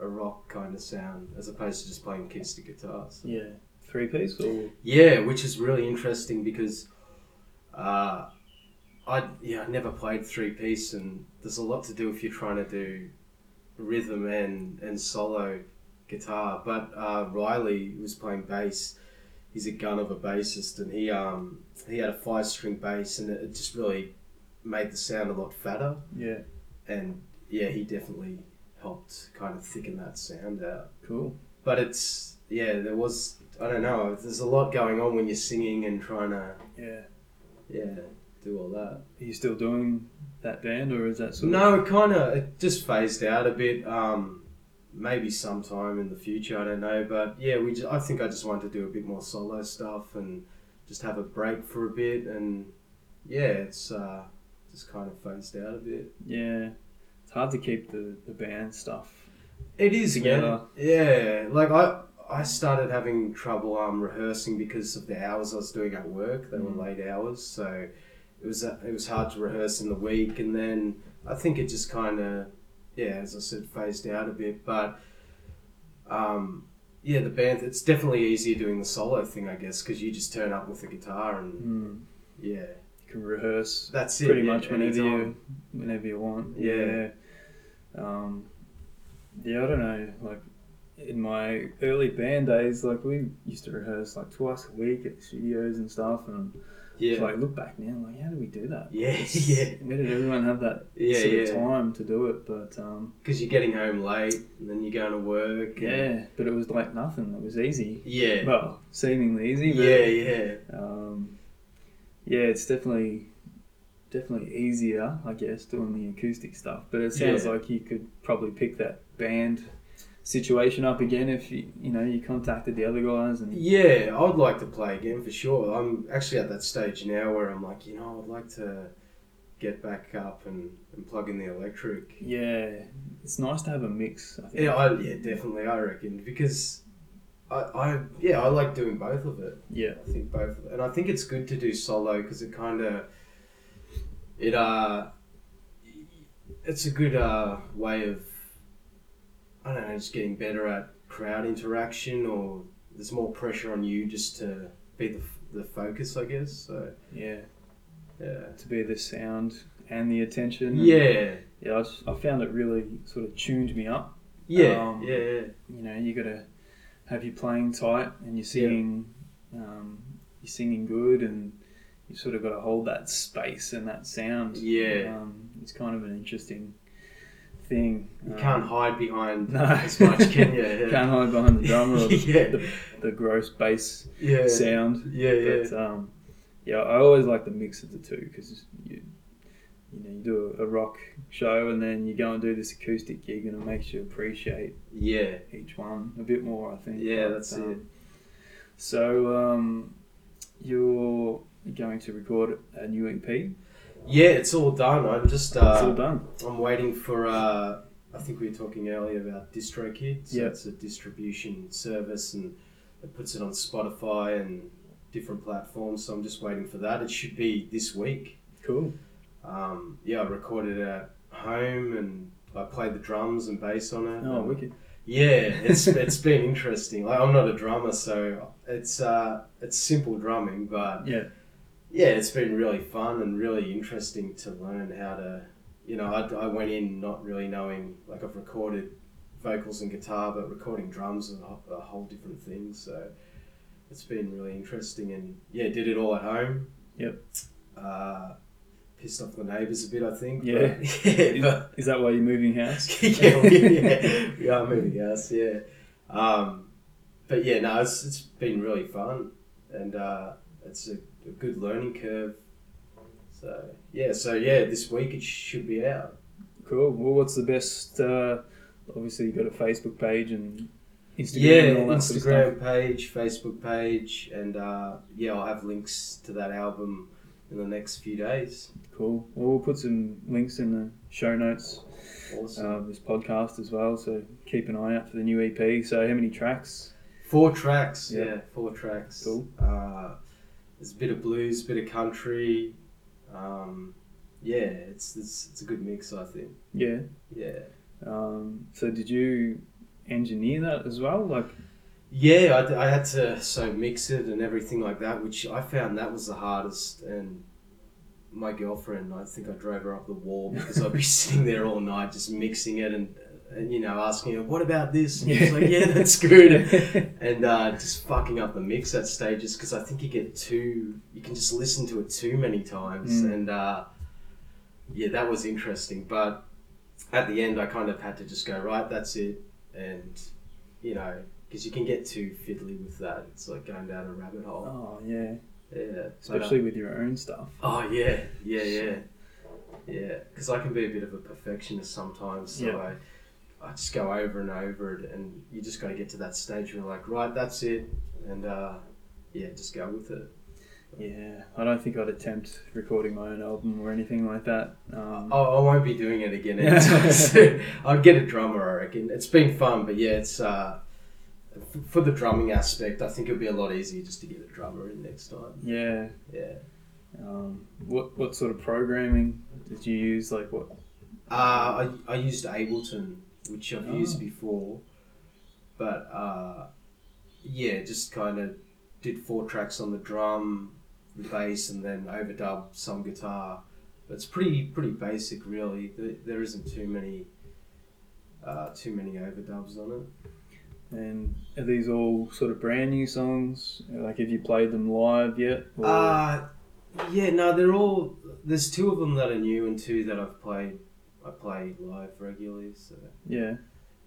Speaker 3: a rock kind of sound, as opposed to just playing acoustic guitars.
Speaker 2: yeah, three piece or
Speaker 3: Yeah, which is really interesting because uh, I yeah I never played three piece and there's a lot to do if you're trying to do rhythm and and solo guitar. But uh, Riley who was playing bass. He's a gun of a bassist and he um he had a five string bass and it it just really made the sound a lot fatter
Speaker 2: yeah,
Speaker 3: and yeah he definitely helped kind of thicken that sound out
Speaker 2: cool.
Speaker 3: but it's yeah there was i don't know there's a lot going on when you're singing and trying to
Speaker 2: Yeah,
Speaker 3: yeah do all that
Speaker 2: are you still doing that band or is that sort of
Speaker 3: no it kind of it just phased out a bit um maybe sometime in the future i don't know but yeah we just, i think i just wanted to do a bit more solo stuff and just have a break for a bit and yeah it's uh just kind of phased out a bit
Speaker 2: yeah? It's hard to keep the the band stuff
Speaker 3: It is
Speaker 2: together.
Speaker 3: Yeah, like I I started having trouble um rehearsing because of the hours I was doing at work. They
Speaker 2: Mm.
Speaker 3: were late hours, so it was uh, it was hard to rehearse in the week. And then I think it just kind of yeah, as I said, phased out a bit. But um yeah, the band it's definitely easier doing the solo thing, I guess, because you just turn up with the guitar and
Speaker 2: Mm,
Speaker 3: yeah,
Speaker 2: you can rehearse
Speaker 3: that's it.
Speaker 2: pretty
Speaker 3: yeah,
Speaker 2: much whenever
Speaker 3: anytime.
Speaker 2: you whenever you want.
Speaker 3: Yeah.
Speaker 2: Yeah. Um, yeah, I don't know. Like in my early band days, like we used to rehearse like twice a week at the studios and stuff, and
Speaker 3: yeah.
Speaker 2: it's like look back now, like how did we do that?
Speaker 3: yeah, [LAUGHS] yeah,
Speaker 2: Where did everyone have that
Speaker 3: yeah,
Speaker 2: sort of
Speaker 3: yeah.
Speaker 2: time to do it? But um,
Speaker 3: Because you're getting home late, and then you're going to work. and-
Speaker 2: yeah, but it was like nothing. It was easy.
Speaker 3: Yeah.
Speaker 2: Well, seemingly easy. But,
Speaker 3: Yeah, yeah,
Speaker 2: Um, yeah, it's definitely definitely easier, I guess, doing the acoustic stuff. But it sounds
Speaker 3: Yeah.
Speaker 2: like you could probably pick that band situation up again if you you know you contacted the other guys and
Speaker 3: yeah. I would like to play again for sure. I'm actually at that stage now where I'm like, you know, I'd like to get back up and, and plug in the electric.
Speaker 2: yeah, it's nice to have a mix. I think.
Speaker 3: Yeah, I, yeah, definitely. I reckon because I, I yeah, I like doing both of it.
Speaker 2: Yeah.
Speaker 3: I think both, and I think it's good to do solo because it kind of it uh it's a good uh way of I don't know just getting better at crowd interaction or there's more pressure on you just to be the, the focus I guess so
Speaker 2: Yeah.
Speaker 3: yeah
Speaker 2: To be the sound and the attention.
Speaker 3: yeah
Speaker 2: Yeah. I, just, I found it really sort of tuned me up.
Speaker 3: yeah
Speaker 2: Um,
Speaker 3: yeah yeah
Speaker 2: You know, you got to have your playing tight and you're singing, um, you're singing good, and you sort of got to hold that space and that sound.
Speaker 3: Yeah.
Speaker 2: Um, it's kind of an interesting thing.
Speaker 3: you
Speaker 2: Um, [LAUGHS]
Speaker 3: can't hide behind
Speaker 2: No.
Speaker 3: as
Speaker 2: [LAUGHS]
Speaker 3: much can you yeah
Speaker 2: Can't hide behind the drummer
Speaker 3: [LAUGHS]
Speaker 2: or the,
Speaker 3: yeah.
Speaker 2: the, the gross bass
Speaker 3: yeah
Speaker 2: sound.
Speaker 3: yeah yeah
Speaker 2: But um, yeah, I always like the mix of the two because you, you know, you do a, a rock show and then you go and do this acoustic gig and it makes you appreciate
Speaker 3: yeah
Speaker 2: each one a bit more. I think. um,
Speaker 3: Yeah, that's it.
Speaker 2: So um, you're going to record a new EP.
Speaker 3: yeah it's all done I'm just uh
Speaker 2: it's all done.
Speaker 3: I'm waiting for. Uh, I think we were talking earlier about DistroKid. So
Speaker 2: Yeah.
Speaker 3: it's a distribution service, and it puts it on Spotify and different platforms. So I'm just waiting for that. It should be this week.
Speaker 2: Cool.
Speaker 3: Um, yeah, I recorded it at home, and I played the drums and bass on it.
Speaker 2: Oh,
Speaker 3: And-
Speaker 2: wicked. [LAUGHS]
Speaker 3: Yeah, it's it's been interesting. Like I'm not a drummer, so it's uh, it's simple drumming, but
Speaker 2: Yeah.
Speaker 3: yeah, it's been really fun and really interesting to learn how to, you know, I, I went in not really knowing, like I've recorded vocals and guitar, but recording drums is a, wh- a whole different thing. So it's been really interesting and yeah, did it all at home.
Speaker 2: Yep.
Speaker 3: Uh, pissed off the neighbours a bit, I think.
Speaker 2: Yeah.
Speaker 3: But, [LAUGHS] yeah, but
Speaker 2: Is that why you're moving house? [LAUGHS]
Speaker 3: [LAUGHS] yeah, we, yeah, we are moving house, yeah. Um, but yeah, no, it's, it's been really fun and uh, it's a, a good learning curve. So, yeah, so yeah, this week it should be out.
Speaker 2: Cool. Well, what's the best? Uh, obviously, you've got a Facebook page and Instagram and
Speaker 3: yeah,
Speaker 2: all that
Speaker 3: Instagram
Speaker 2: sort of stuff.
Speaker 3: page, Facebook page, and uh, yeah, I'll have links to that album in the next few days.
Speaker 2: Cool. Well, we'll put some links in the show notes
Speaker 3: Awesome.
Speaker 2: uh, of this podcast as well. So keep an eye out for the new EP. So, how many tracks?
Speaker 3: Four tracks,
Speaker 2: Yeah.
Speaker 3: yeah, four tracks.
Speaker 2: Cool.
Speaker 3: Uh, there's a bit of blues, bit of country. Um, yeah, it's, it's it's a good mix, I think.
Speaker 2: Yeah.
Speaker 3: Yeah,
Speaker 2: Um, so, did you engineer that as well? Like,
Speaker 3: yeah. I d- I, had to so mix it and everything like that, which I found that was the hardest. And my girlfriend, I think I drove her up the wall because I'd be [LAUGHS] sitting there all night just mixing it and and you know asking her what about this, and she's like, yeah,
Speaker 2: [LAUGHS]
Speaker 3: that's good. and uh, just fucking up the mix at stages because I think you get too you can just listen to it too many times
Speaker 2: Mm.
Speaker 3: and uh, yeah that was interesting but at the end I kind of had to just go right that's it and you know because you can get too fiddly with that it's like going down a rabbit hole
Speaker 2: oh, yeah.
Speaker 3: yeah but, uh,
Speaker 2: Especially with your own stuff.
Speaker 3: Oh yeah, yeah, yeah, yeah. Because I can be a bit of a perfectionist sometimes, so
Speaker 2: Yeah.
Speaker 3: I, I just go over and over it, and you just got to get to that stage where you're like, right, that's it, and uh, yeah, just go with it.
Speaker 2: uh, Yeah. I don't think I'd attempt recording my own album or anything like that. Um,
Speaker 3: I, I won't be doing
Speaker 2: [LAUGHS]
Speaker 3: it again anytime [LAUGHS] soon. I'd get a drummer, I reckon. It's been fun, but yeah, it's uh, f- for the drumming aspect, I think it'll be a lot easier just to get a drummer in next time.
Speaker 2: Yeah.
Speaker 3: Yeah.
Speaker 2: Um, what what sort of programming did you use? Like what?
Speaker 3: Uh, I, I used Ableton, which I've
Speaker 2: Oh.
Speaker 3: used before, but uh, yeah, just kind of did four tracks on the drum, the bass, and then overdub some guitar. But it's pretty pretty basic, really. There, there isn't too many uh, too many overdubs on it.
Speaker 2: And are these all sort of brand new songs? Like have you played them live yet? Or-
Speaker 3: Uh, yeah, no, they're all. There's two of them that are new, and two that I've played. I play live regularly, so.
Speaker 2: yeah.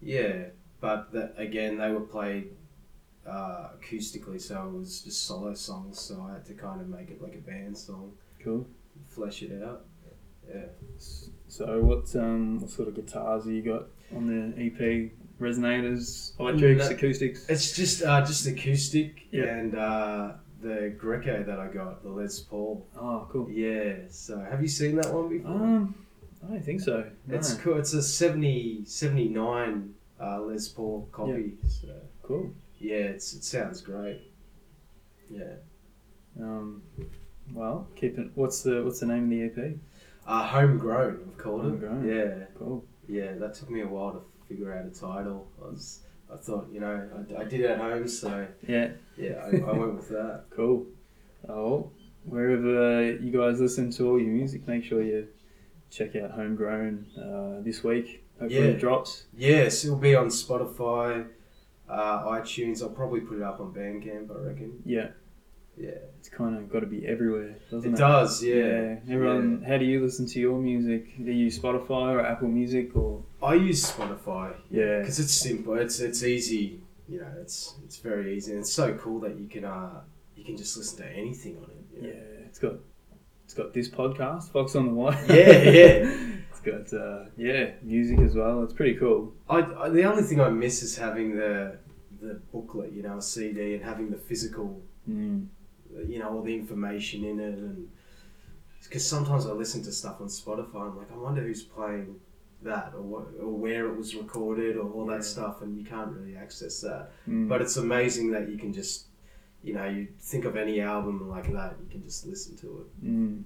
Speaker 3: Yeah, but that, again, they were played uh, acoustically, so it was just solo songs. So I had to kind of make it like a band song,
Speaker 2: Cool.
Speaker 3: flesh it out. Yeah.
Speaker 2: S- So what um what sort of guitars have you got on the EP? Resonators, electrics,
Speaker 3: No.
Speaker 2: acoustics.
Speaker 3: It's just uh, just acoustic
Speaker 2: Yeah.
Speaker 3: and uh, the Greco that I got, the Les Paul.
Speaker 2: Oh, cool.
Speaker 3: Yeah. So have you seen that one before?
Speaker 2: Um, I don't think so. No.
Speaker 3: It's cool. It's a 70, 79 uh, Les Paul copy. So
Speaker 2: cool.
Speaker 3: yeah, it's, it sounds great. Yeah.
Speaker 2: Um, well, keep it. What's the what's the E name of the EP?
Speaker 3: Uh, homegrown, I've called
Speaker 2: Homegrown.
Speaker 3: it. Yeah.
Speaker 2: Cool.
Speaker 3: Yeah, that took me a while to figure out a title. I was, I thought, you know, I, I did it at home, so
Speaker 2: Yeah.
Speaker 3: yeah, I, I went with that.
Speaker 2: Cool. Oh, wherever you guys listen to all your music, make sure you check out Homegrown uh, this week. Hopefully
Speaker 3: Yeah.
Speaker 2: it drops.
Speaker 3: [LAUGHS] Yes, it'll be on Spotify, uh, iTunes. I'll probably put it up on Bandcamp, I reckon.
Speaker 2: Yeah,
Speaker 3: Yeah,
Speaker 2: it's kind of got to be everywhere, doesn't
Speaker 3: it
Speaker 2: it?
Speaker 3: does. Yeah.
Speaker 2: Everyone, how do you listen to your music? Do you use Spotify or Apple Music or?
Speaker 3: I use Spotify
Speaker 2: Yeah.
Speaker 3: because it's simple. It's it's easy. You know, it's it's very easy, and it's so cool that you can uh you can just listen to anything on it.
Speaker 2: Yeah,
Speaker 3: you know.
Speaker 2: it's got it's got this podcast, Fox on the Wire.
Speaker 3: Yeah, [LAUGHS] yeah.
Speaker 2: [LAUGHS] It's got uh, yeah music as well. It's pretty cool.
Speaker 3: I, I the only thing I miss is having the the booklet, you know, a CD, and having the physical,
Speaker 2: Mm.
Speaker 3: you know, all the information in it, and because sometimes I listen to stuff on Spotify, I'm like, I wonder who's playing that or what, or where it was recorded or all
Speaker 2: Yeah.
Speaker 3: that stuff, and you can't really access that.
Speaker 2: Mm.
Speaker 3: But it's amazing that you can just, you know, you think of any album like that, you can just listen to it.
Speaker 2: Mm.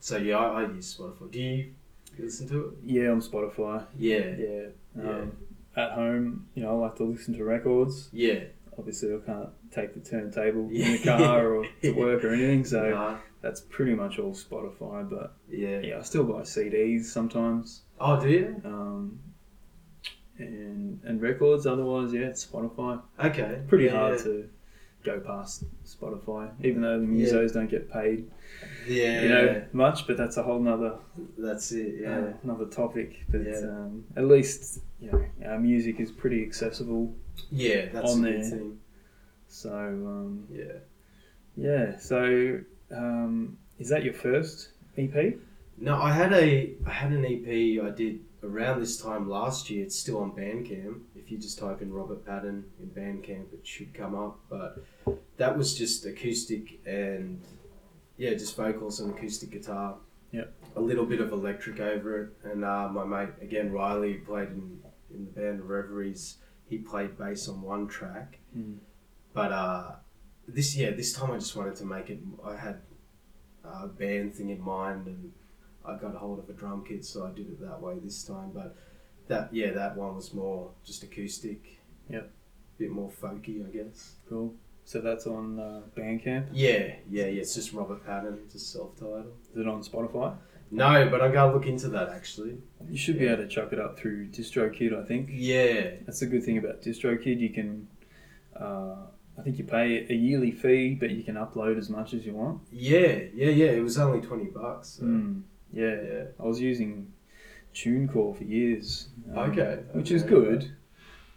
Speaker 3: So yeah, I, I use Spotify. Do you listen to it?
Speaker 2: yeah, on Spotify.
Speaker 3: Yeah,
Speaker 2: Yeah. Um, At home, you know, I like to listen to records.
Speaker 3: yeah.
Speaker 2: Obviously, I can't take the turntable in the
Speaker 3: Yeah.
Speaker 2: car or
Speaker 3: [LAUGHS]
Speaker 2: to work or anything, so
Speaker 3: Nah,
Speaker 2: that's pretty much all Spotify. But
Speaker 3: Uh-huh. yeah.
Speaker 2: yeah, I still buy CDs sometimes
Speaker 3: Oh, do you?
Speaker 2: um, and and records. Otherwise, yeah, it's Spotify.
Speaker 3: Okay.
Speaker 2: Pretty
Speaker 3: yeah,
Speaker 2: hard
Speaker 3: yeah.
Speaker 2: to go past Spotify, even though the musos don't get paid,
Speaker 3: Yeah,
Speaker 2: you know, much. But that's a whole nother
Speaker 3: that's it. Yeah,
Speaker 2: uh, another topic. But
Speaker 3: Yeah.
Speaker 2: um, at least you know, our music is pretty accessible.
Speaker 3: yeah. That's
Speaker 2: On
Speaker 3: a good
Speaker 2: there.
Speaker 3: thing.
Speaker 2: So um,
Speaker 3: Yeah.
Speaker 2: yeah, so um, is that your first E EP?
Speaker 3: No, I had a I had an EP I did around this time last year. It's still on Bandcamp. If you just type in Robert Patton in Bandcamp, it should come up. But that was just acoustic and yeah, just vocals and acoustic guitar.
Speaker 2: Yep.
Speaker 3: A little bit of electric over it, and uh, my mate again Riley, who played in in the band Reveries, he played bass on one track.
Speaker 2: Mm.
Speaker 3: But uh, this yeah, this time I just wanted to make it. I had uh, a band thing in mind and. I got a hold of a drum kit, so I did it that way this time. But that, yeah, that one was more just acoustic.
Speaker 2: Yep.
Speaker 3: Bit more folky, I guess.
Speaker 2: Cool. So that's on uh, Bandcamp.
Speaker 3: Yeah, yeah, yeah. It's just Robert Patton, just self-titled.
Speaker 2: Is it on Spotify?
Speaker 3: No, but I'm gonna look into that actually.
Speaker 2: You should be
Speaker 3: Yeah.
Speaker 2: able to chuck it up through DistroKid, I think.
Speaker 3: Yeah,
Speaker 2: That's the good thing about DistroKid. You can, uh, I think you pay a yearly fee, but you can upload as much as you want.
Speaker 3: yeah, yeah, yeah. It was only twenty bucks. So.
Speaker 2: Mm. Yeah.
Speaker 3: Yeah,
Speaker 2: I was using TuneCore for years. Um,
Speaker 3: Okay,
Speaker 2: Which
Speaker 3: okay,
Speaker 2: is good.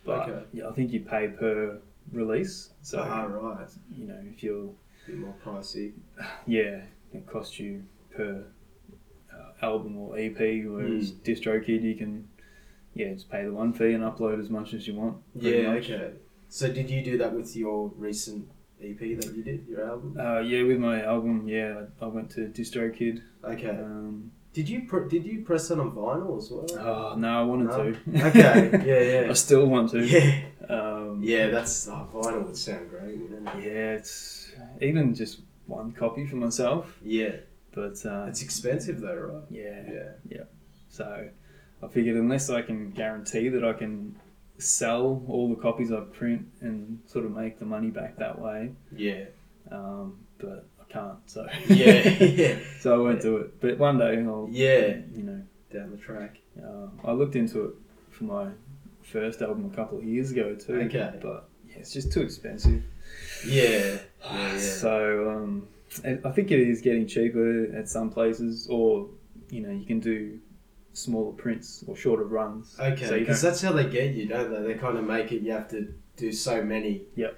Speaker 2: But
Speaker 3: Okay.
Speaker 2: yeah, I think you pay per release. So,
Speaker 3: ah, right.
Speaker 2: you know, if you're,
Speaker 3: bit more pricey.
Speaker 2: yeah, it costs you per uh, album or EP, whereas
Speaker 3: Mm.
Speaker 2: DistroKid, you can, yeah, just pay the one fee and upload as much as you want. pretty
Speaker 3: Yeah,
Speaker 2: much.
Speaker 3: okay. So did you do that with your recent EP that you did, your album?
Speaker 2: Uh, yeah, with my album, yeah, I, I went to DistroKid.
Speaker 3: Okay.
Speaker 2: Um,
Speaker 3: Did you pr- did you press that on vinyl as well?
Speaker 2: oh, no, I wanted
Speaker 3: No.
Speaker 2: to. [LAUGHS]
Speaker 3: Okay, yeah, yeah.
Speaker 2: I still want to.
Speaker 3: Yeah.
Speaker 2: Um,
Speaker 3: Yeah, that's oh, vinyl would sound great, wouldn't it?
Speaker 2: Yeah, it's even just one copy for myself,
Speaker 3: Yeah,
Speaker 2: but uh,
Speaker 3: it's expensive though, right?
Speaker 2: yeah.
Speaker 3: Yeah,
Speaker 2: So I figured unless I can guarantee that I can sell all the copies I print and sort of make the money back that way,
Speaker 3: yeah,
Speaker 2: um, but I can't. So
Speaker 3: yeah, [LAUGHS] yeah,
Speaker 2: [LAUGHS] so I won't do it. But one day I'll.
Speaker 3: yeah.
Speaker 2: You know,
Speaker 3: Down the track.
Speaker 2: uh, I looked into it for my first album a couple of years ago too.
Speaker 3: Okay.
Speaker 2: But yeah, it's just too expensive.
Speaker 3: Yeah, [SIGHS] yeah, yeah.
Speaker 2: So um, and I think it is getting cheaper at some places, or you know, you can do smaller prints or shorter runs. So
Speaker 3: okay,
Speaker 2: you
Speaker 3: because
Speaker 2: don't-
Speaker 3: that's how they get you, don't they? They kind of make it. You have to do so many.
Speaker 2: Yep.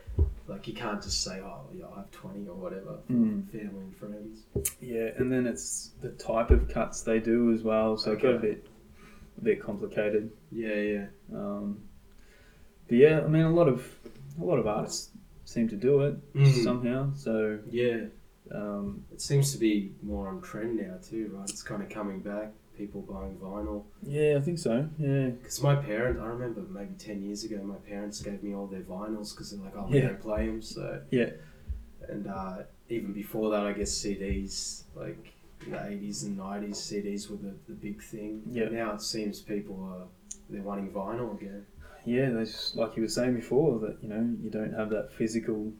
Speaker 3: Like you can't just say, "Oh, yeah, I have 20 or whatever." for
Speaker 2: Mm.
Speaker 3: Family and friends.
Speaker 2: yeah, and then it's the type of cuts they do as well, so it got a
Speaker 3: Okay.
Speaker 2: bit a bit complicated.
Speaker 3: Yeah, yeah,
Speaker 2: Um, but yeah, I mean, a lot of a lot of artists seem to do it
Speaker 3: Mm.
Speaker 2: somehow. So
Speaker 3: yeah.
Speaker 2: um,
Speaker 3: It seems to be more on trend now too, right? It's kind of coming back. people buying vinyl.
Speaker 2: Yeah, I think so. Yeah.
Speaker 3: Because my parents, I remember maybe 10 years ago, my parents gave me all their vinyls because they're like, I'll
Speaker 2: Yeah.
Speaker 3: never play them. So,
Speaker 2: Yeah.
Speaker 3: And uh, even before that, I guess CDs, like in the 80s and 90s, CDs were the, the big thing.
Speaker 2: Yeah.
Speaker 3: Now it seems people are, they're wanting vinyl again.
Speaker 2: Yeah, that's just like you were saying before that, you know, you don't have that physical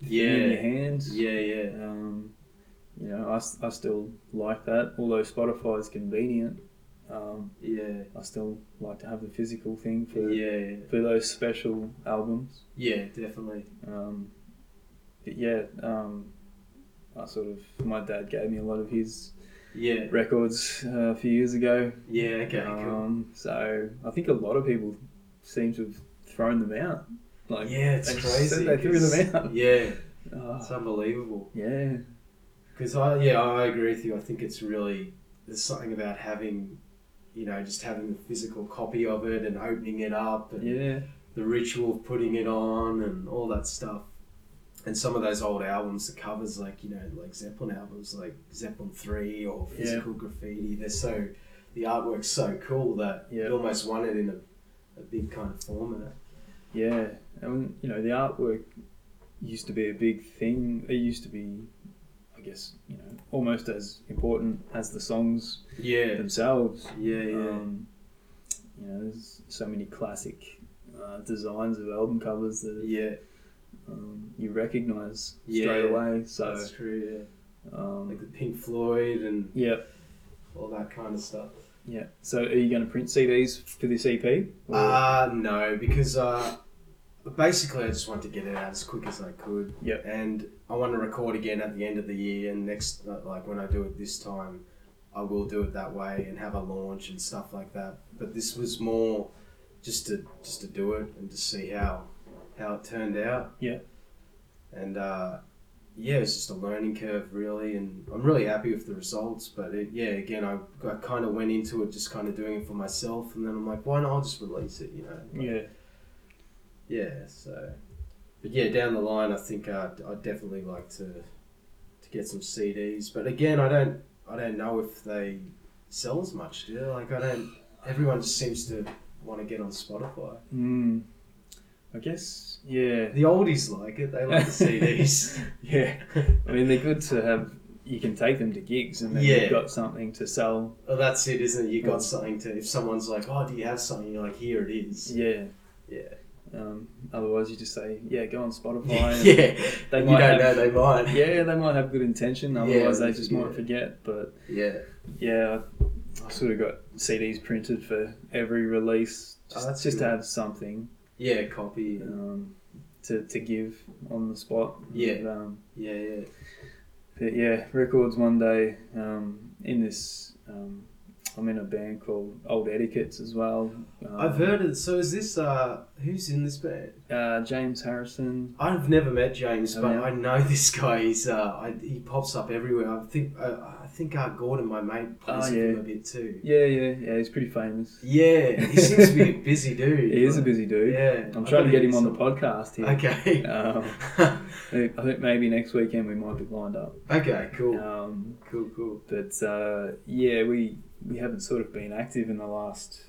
Speaker 2: thing in your
Speaker 3: Yeah.
Speaker 2: hands.
Speaker 3: Yeah, yeah.
Speaker 2: Um, you know, I, s- I still like that. Although Spotify is convenient, um,
Speaker 3: Yeah.
Speaker 2: I still like to have the physical thing for
Speaker 3: Yeah.
Speaker 2: for those special albums.
Speaker 3: Yeah, definitely.
Speaker 2: Um, but yeah, um, I sort of my dad gave me a lot of his
Speaker 3: Yeah.
Speaker 2: records uh, a few years ago.
Speaker 3: Yeah, okay, cool.
Speaker 2: Um, so I think a lot of people seem to have thrown them out. Like
Speaker 3: yeah, it's
Speaker 2: they
Speaker 3: crazy.
Speaker 2: said they threw
Speaker 3: 'cause-
Speaker 2: them out. [LAUGHS]
Speaker 3: Yeah,
Speaker 2: Oh,
Speaker 3: it's unbelievable.
Speaker 2: yeah,
Speaker 3: Because I, yeah, I agree with you. I think it's really there's something about having, you know, just having the physical copy of it and opening it up and
Speaker 2: yeah,
Speaker 3: the ritual of putting it on and all that stuff. And some of those old albums, the covers, like you know, like Zeppelin albums, like Zeppelin Three or
Speaker 2: Yeah.
Speaker 3: Physical Graffiti, they're so the artwork's so cool that
Speaker 2: Yeah.
Speaker 3: you almost want it in a, a big kind of format.
Speaker 2: yeah. And you know, the artwork used to be a big thing. It used to be, I guess, you know, almost as important as the songs
Speaker 3: Yeah,
Speaker 2: themselves.
Speaker 3: yeah, yeah.
Speaker 2: Um, you know, there's so many classic uh, designs of album covers that
Speaker 3: Yeah,
Speaker 2: um, you recognise
Speaker 3: Yeah,
Speaker 2: straight away. So,
Speaker 3: that's true. Yeah. Like
Speaker 2: um,
Speaker 3: the Pink Floyd and
Speaker 2: yeah,
Speaker 3: all that kind of stuff.
Speaker 2: yeah. So, are you going to print CDs for this EP? Or-
Speaker 3: Uh, no, because uh, basically I just wanted to get it out as quick as I could.
Speaker 2: Yep.
Speaker 3: And I want to record again at the end of the year and next, uh, like when I do it this time, I will do it that way and have a launch and stuff like that. But this was more just to just to do it and to see how how it turned out.
Speaker 2: Yeah.
Speaker 3: And uh, yeah, it's just a learning curve really, and I'm really happy with the results. But it, yeah, again, I, I kind of went into it just kind of doing it for myself, and then I'm like, why not? I'll just release it, you know. Like,
Speaker 2: yeah,
Speaker 3: yeah, so. But yeah, down the line, I think uh, I'd definitely like to to get some CDs. But again, I don't I don't know if they sell as much. Do they? Like I don't. Everyone just seems to want to get on Spotify.
Speaker 2: mm, I guess, yeah, [LAUGHS]
Speaker 3: The oldies like it. They like the CDs.
Speaker 2: yeah. I mean, they're good to have. You can take them to gigs, and then
Speaker 3: Yeah.
Speaker 2: you've got something to sell.
Speaker 3: well, that's it, isn't it? You
Speaker 2: Yeah.
Speaker 3: got something to. If someone's like, "Oh, do you have something?" You're like, "Here it is."
Speaker 2: Yeah.
Speaker 3: Yeah.
Speaker 2: Um, otherwise, you just say, yeah, go on
Speaker 3: [LAUGHS]
Speaker 2: Spotify. and-
Speaker 3: yeah.
Speaker 2: They
Speaker 3: you
Speaker 2: might have-
Speaker 3: don't know they might.
Speaker 2: Yeah, they might have good intention,
Speaker 3: Yeah,
Speaker 2: otherwise
Speaker 3: they
Speaker 2: they just might forget. But
Speaker 3: Yeah.
Speaker 2: yeah, I- I sort of got CDs printed for every release,
Speaker 3: Oh,
Speaker 2: just,
Speaker 3: that's
Speaker 2: just to
Speaker 3: good.
Speaker 2: have something
Speaker 3: Yeah. Copy.
Speaker 2: um, to, to give on the spot.
Speaker 3: Yeah.
Speaker 2: And, um,
Speaker 3: Yeah. Yeah.
Speaker 2: but yeah, records one day um, in this. Um, I'm in a band called Old Etiquettes as well. Um,
Speaker 3: I've heard it. So is this uh who's in this band?
Speaker 2: uh, James Harrison.
Speaker 3: I've never met James,
Speaker 2: Oh,
Speaker 3: but
Speaker 2: yeah?
Speaker 3: I know this guy. He's uh, I, he pops up everywhere. I think uh, I think uh, Gordon, my mate, plays
Speaker 2: Oh,
Speaker 3: with
Speaker 2: yeah.
Speaker 3: him a bit too.
Speaker 2: Yeah, yeah, yeah. He's pretty famous.
Speaker 3: Yeah, he seems to be a busy dude.
Speaker 2: [LAUGHS] He is a
Speaker 3: but-
Speaker 2: busy dude.
Speaker 3: Yeah,
Speaker 2: I'm
Speaker 3: I
Speaker 2: trying to get
Speaker 3: believe
Speaker 2: him
Speaker 3: [LAUGHS]
Speaker 2: on the
Speaker 3: so.
Speaker 2: podcast here.
Speaker 3: Okay.
Speaker 2: Um,
Speaker 3: [LAUGHS]
Speaker 2: I think maybe next weekend we might be lined up.
Speaker 3: okay. Cool.
Speaker 2: Um,
Speaker 3: Cool. Cool.
Speaker 2: but uh, yeah, we we haven't sort of been active in the last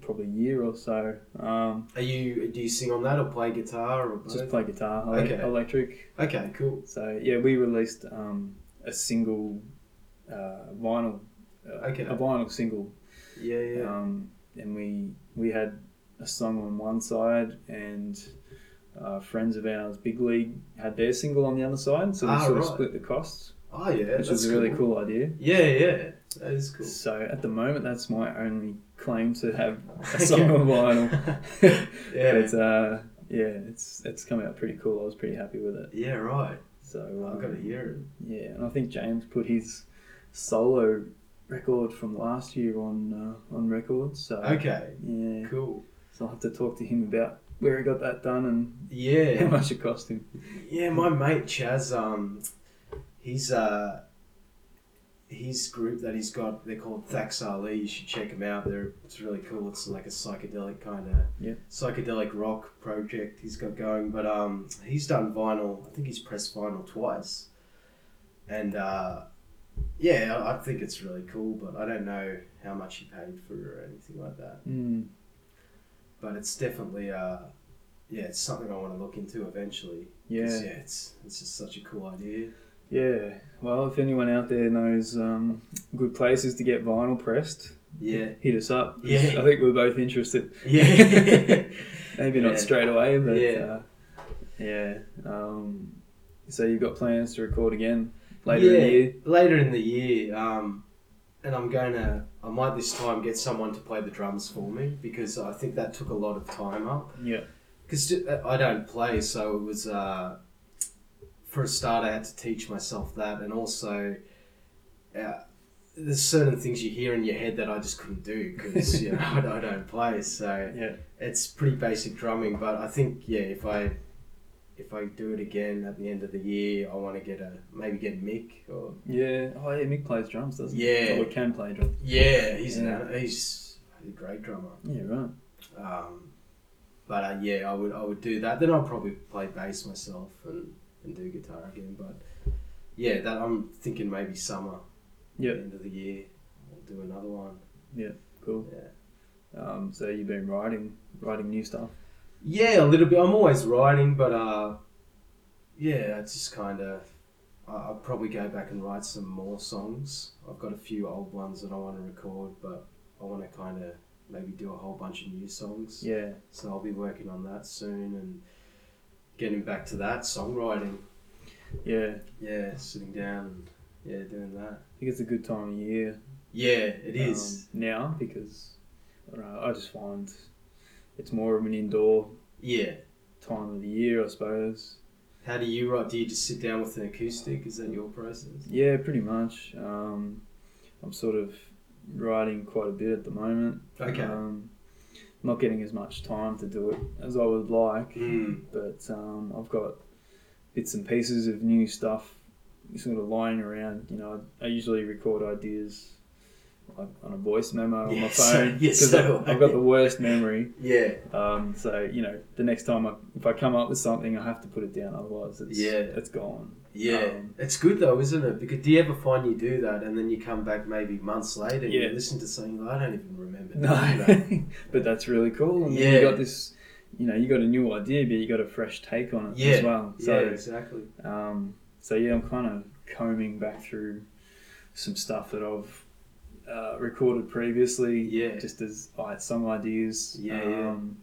Speaker 2: probably year or so. Um,
Speaker 3: Are you? Do you sing on that or play guitar or both?
Speaker 2: just play guitar, ele-
Speaker 3: Okay.
Speaker 2: electric.
Speaker 3: Okay. Cool.
Speaker 2: So yeah, we released um, a single uh, vinyl, uh,
Speaker 3: Okay.
Speaker 2: a vinyl single,
Speaker 3: Yeah. Yeah.
Speaker 2: um, and we we had a song on one side and. Uh, friends of ours, Big League, had their single on the other side, so we
Speaker 3: Ah,
Speaker 2: sort of
Speaker 3: right.
Speaker 2: split the costs,
Speaker 3: oh yeah.
Speaker 2: which
Speaker 3: that's
Speaker 2: is a really cool idea.
Speaker 3: Yeah. Yeah. That is cool.
Speaker 2: [LAUGHS] So at the moment, that's my only claim to have
Speaker 3: [LAUGHS]
Speaker 2: a
Speaker 3: Okay.
Speaker 2: song on vinyl.
Speaker 3: [LAUGHS] Yeah.
Speaker 2: But uh, yeah, it's it's come out pretty cool. I was pretty happy with it.
Speaker 3: yeah. Right.
Speaker 2: So
Speaker 3: I've
Speaker 2: um,
Speaker 3: got to hear it.
Speaker 2: yeah, and I think James put his solo record from last year on uh, on record. So
Speaker 3: Okay.
Speaker 2: yeah,
Speaker 3: Cool.
Speaker 2: so I'll have to talk to him about where he got that done and [LAUGHS] how
Speaker 3: Yeah.
Speaker 2: much it cost him.
Speaker 3: Yeah, my mate Chaz, um, he's uh, his group that he's got. They're called Thax Ali. You should check them out. They're it's really cool. It's like a psychedelic kind of
Speaker 2: Yeah.
Speaker 3: psychedelic rock project he's got going. But um, he's done vinyl. I think he's pressed vinyl twice, and uh, yeah, I, I think it's really cool, but I don't know how much he paid for it or anything like that.
Speaker 2: Mm.
Speaker 3: But it's definitely, uh, yeah, it's something I want to look into eventually. 'Cause,
Speaker 2: Yeah.
Speaker 3: yeah, it's it's just such a cool idea.
Speaker 2: Yeah. Well, if anyone out there knows um, good places to get vinyl pressed,
Speaker 3: Yeah,
Speaker 2: hit us up.
Speaker 3: Yeah.
Speaker 2: I think we're both interested.
Speaker 3: [LAUGHS] yeah,
Speaker 2: Maybe
Speaker 3: Yeah.
Speaker 2: not straight away, but
Speaker 3: Yeah.
Speaker 2: yeah. Uh, yeah. Um, so you've got plans to record again later in
Speaker 3: Yeah,
Speaker 2: the year?
Speaker 3: [LAUGHS] Later in the year, um, and I'm gonna, I might this time get someone to play the drums for me because I think that took a lot of time up.
Speaker 2: Yeah.
Speaker 3: because I don't play, so it was uh, for a start I had to teach myself that, and also uh, there's certain things you hear in your head that I just couldn't do because you know [LAUGHS] I, don't- I don't play, so
Speaker 2: Yeah.
Speaker 3: it's pretty basic drumming. But I think yeah, if I if I do it again at the end of the year, I want to get a maybe get Mick or
Speaker 2: Yeah. Oh, yeah. Mick plays drums, doesn't
Speaker 3: Yeah.
Speaker 2: he? Or can play drums.
Speaker 3: yeah, he's
Speaker 2: Yeah.
Speaker 3: An, he's a great drummer.
Speaker 2: Yeah, right.
Speaker 3: Um, but uh, yeah, I would I would do that. Then I'll probably play bass myself and, and do guitar again. But yeah, that I'm thinking maybe summer,
Speaker 2: Yeah.
Speaker 3: end of the year, I'll do another one.
Speaker 2: Cool.
Speaker 3: Yeah.
Speaker 2: Um, so you've been writing, writing new stuff.
Speaker 3: Yeah, a little bit. I'm always writing, but uh, yeah, it's just kind of. I'll probably go back and write some more songs. I've got a few old ones that I want to record, but I want to kind of maybe do a whole bunch of new songs.
Speaker 2: Yeah.
Speaker 3: So I'll be working on that soon and getting back to that songwriting.
Speaker 2: Yeah.
Speaker 3: Yeah, sitting down and yeah, doing that.
Speaker 2: I think it's a good time of year.
Speaker 3: Yeah, it is.
Speaker 2: um, now because I, don't know, I just find it's more of an indoor
Speaker 3: yeah.
Speaker 2: time of the year, I suppose.
Speaker 3: How do you write? Do you just sit down with an acoustic? Is that your process?
Speaker 2: Yeah, pretty much. Um, I'm sort of writing quite a bit at the moment.
Speaker 3: Okay.
Speaker 2: Um, not getting as much time to do it as I would like,
Speaker 3: Mm.
Speaker 2: but um, I've got bits and pieces of new stuff sort of lying around. You know, I, I usually record ideas like on a voice memo on my
Speaker 3: Yes,
Speaker 2: phone
Speaker 3: yes, [LAUGHS] so-
Speaker 2: I've got the worst memory.
Speaker 3: Yeah.
Speaker 2: Um, so you know, the next time I, if I come up with something, I have to put it down. Otherwise, it's
Speaker 3: Yeah.
Speaker 2: it's gone.
Speaker 3: Yeah.
Speaker 2: Um,
Speaker 3: it's good though, isn't it? Because do you ever find you do that and then you come back maybe months later and you
Speaker 2: Yeah.
Speaker 3: listen to something I don't even remember doing
Speaker 2: [LAUGHS]
Speaker 3: that.
Speaker 2: No, but that's really cool. And then
Speaker 3: Yeah.
Speaker 2: you got this, you know, you got a new idea, but you got a fresh take on it
Speaker 3: Yeah.
Speaker 2: as well.
Speaker 3: yeah,
Speaker 2: So,
Speaker 3: exactly.
Speaker 2: um, so yeah, I'm kind of combing back through some stuff that I've uh, recorded previously.
Speaker 3: Yeah.
Speaker 2: just as I had some ideas.
Speaker 3: Yeah, yeah.
Speaker 2: Um,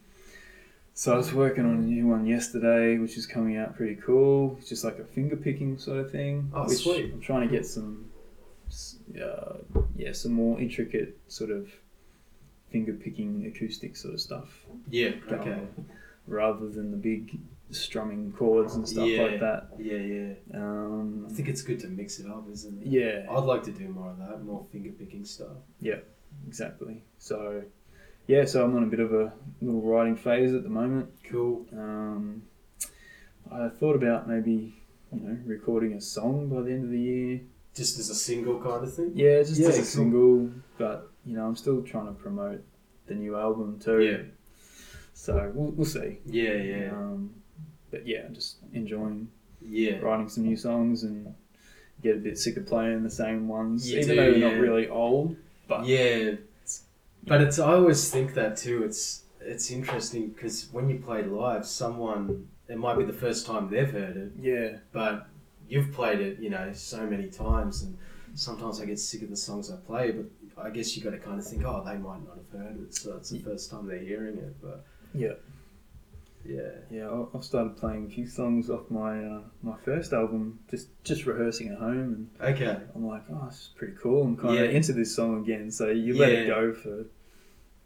Speaker 2: So I was working on a new one yesterday, which is coming out pretty cool. It's just like a finger picking sort of thing.
Speaker 3: Oh,
Speaker 2: which
Speaker 3: sweet.
Speaker 2: I'm trying to get some, s- uh, yeah, some more intricate sort of finger picking acoustic sort of stuff
Speaker 3: Yeah.
Speaker 2: going,
Speaker 3: Okay.
Speaker 2: rather than the big strumming chords and stuff
Speaker 3: Yeah.
Speaker 2: like that.
Speaker 3: Yeah, yeah.
Speaker 2: Um,
Speaker 3: I think it's good to mix it up, isn't it?
Speaker 2: yeah,
Speaker 3: I'd like to do more of that, more finger picking stuff.
Speaker 2: exactly. So yeah, so I'm on a bit of a little writing phase at the moment.
Speaker 3: Cool.
Speaker 2: Um, I thought about maybe you know recording a song by the end of the year.
Speaker 3: Just as a single kind of thing.
Speaker 2: Yeah, just
Speaker 3: Yeah,
Speaker 2: as a
Speaker 3: cool.
Speaker 2: single, but you know I'm still trying to promote the new album too. So we'll, we'll see.
Speaker 3: Yeah, yeah,
Speaker 2: Um, but yeah, I'm just enjoying
Speaker 3: yeah.
Speaker 2: writing some new songs and get a bit sick of playing the same ones,
Speaker 3: You
Speaker 2: even
Speaker 3: do,
Speaker 2: though they're
Speaker 3: yeah.
Speaker 2: not really old. But
Speaker 3: yeah, but it's. I always think that too. It's it's interesting because when you play live, someone it might be the first time they've heard it,
Speaker 2: yeah,
Speaker 3: but you've played it, you know, so many times, and sometimes I get sick of the songs I play. But I guess you got to kind of think, oh, they might not have heard it, so it's the first time they're hearing it. But
Speaker 2: Yeah.
Speaker 3: yeah,
Speaker 2: yeah, I- I've started playing a few songs off my uh, my first album, just just rehearsing at home and.
Speaker 3: okay,
Speaker 2: I'm like, oh, this is pretty cool. I'm kind of
Speaker 3: Yeah.
Speaker 2: into this song again. So you let it
Speaker 3: Yeah.
Speaker 2: go for,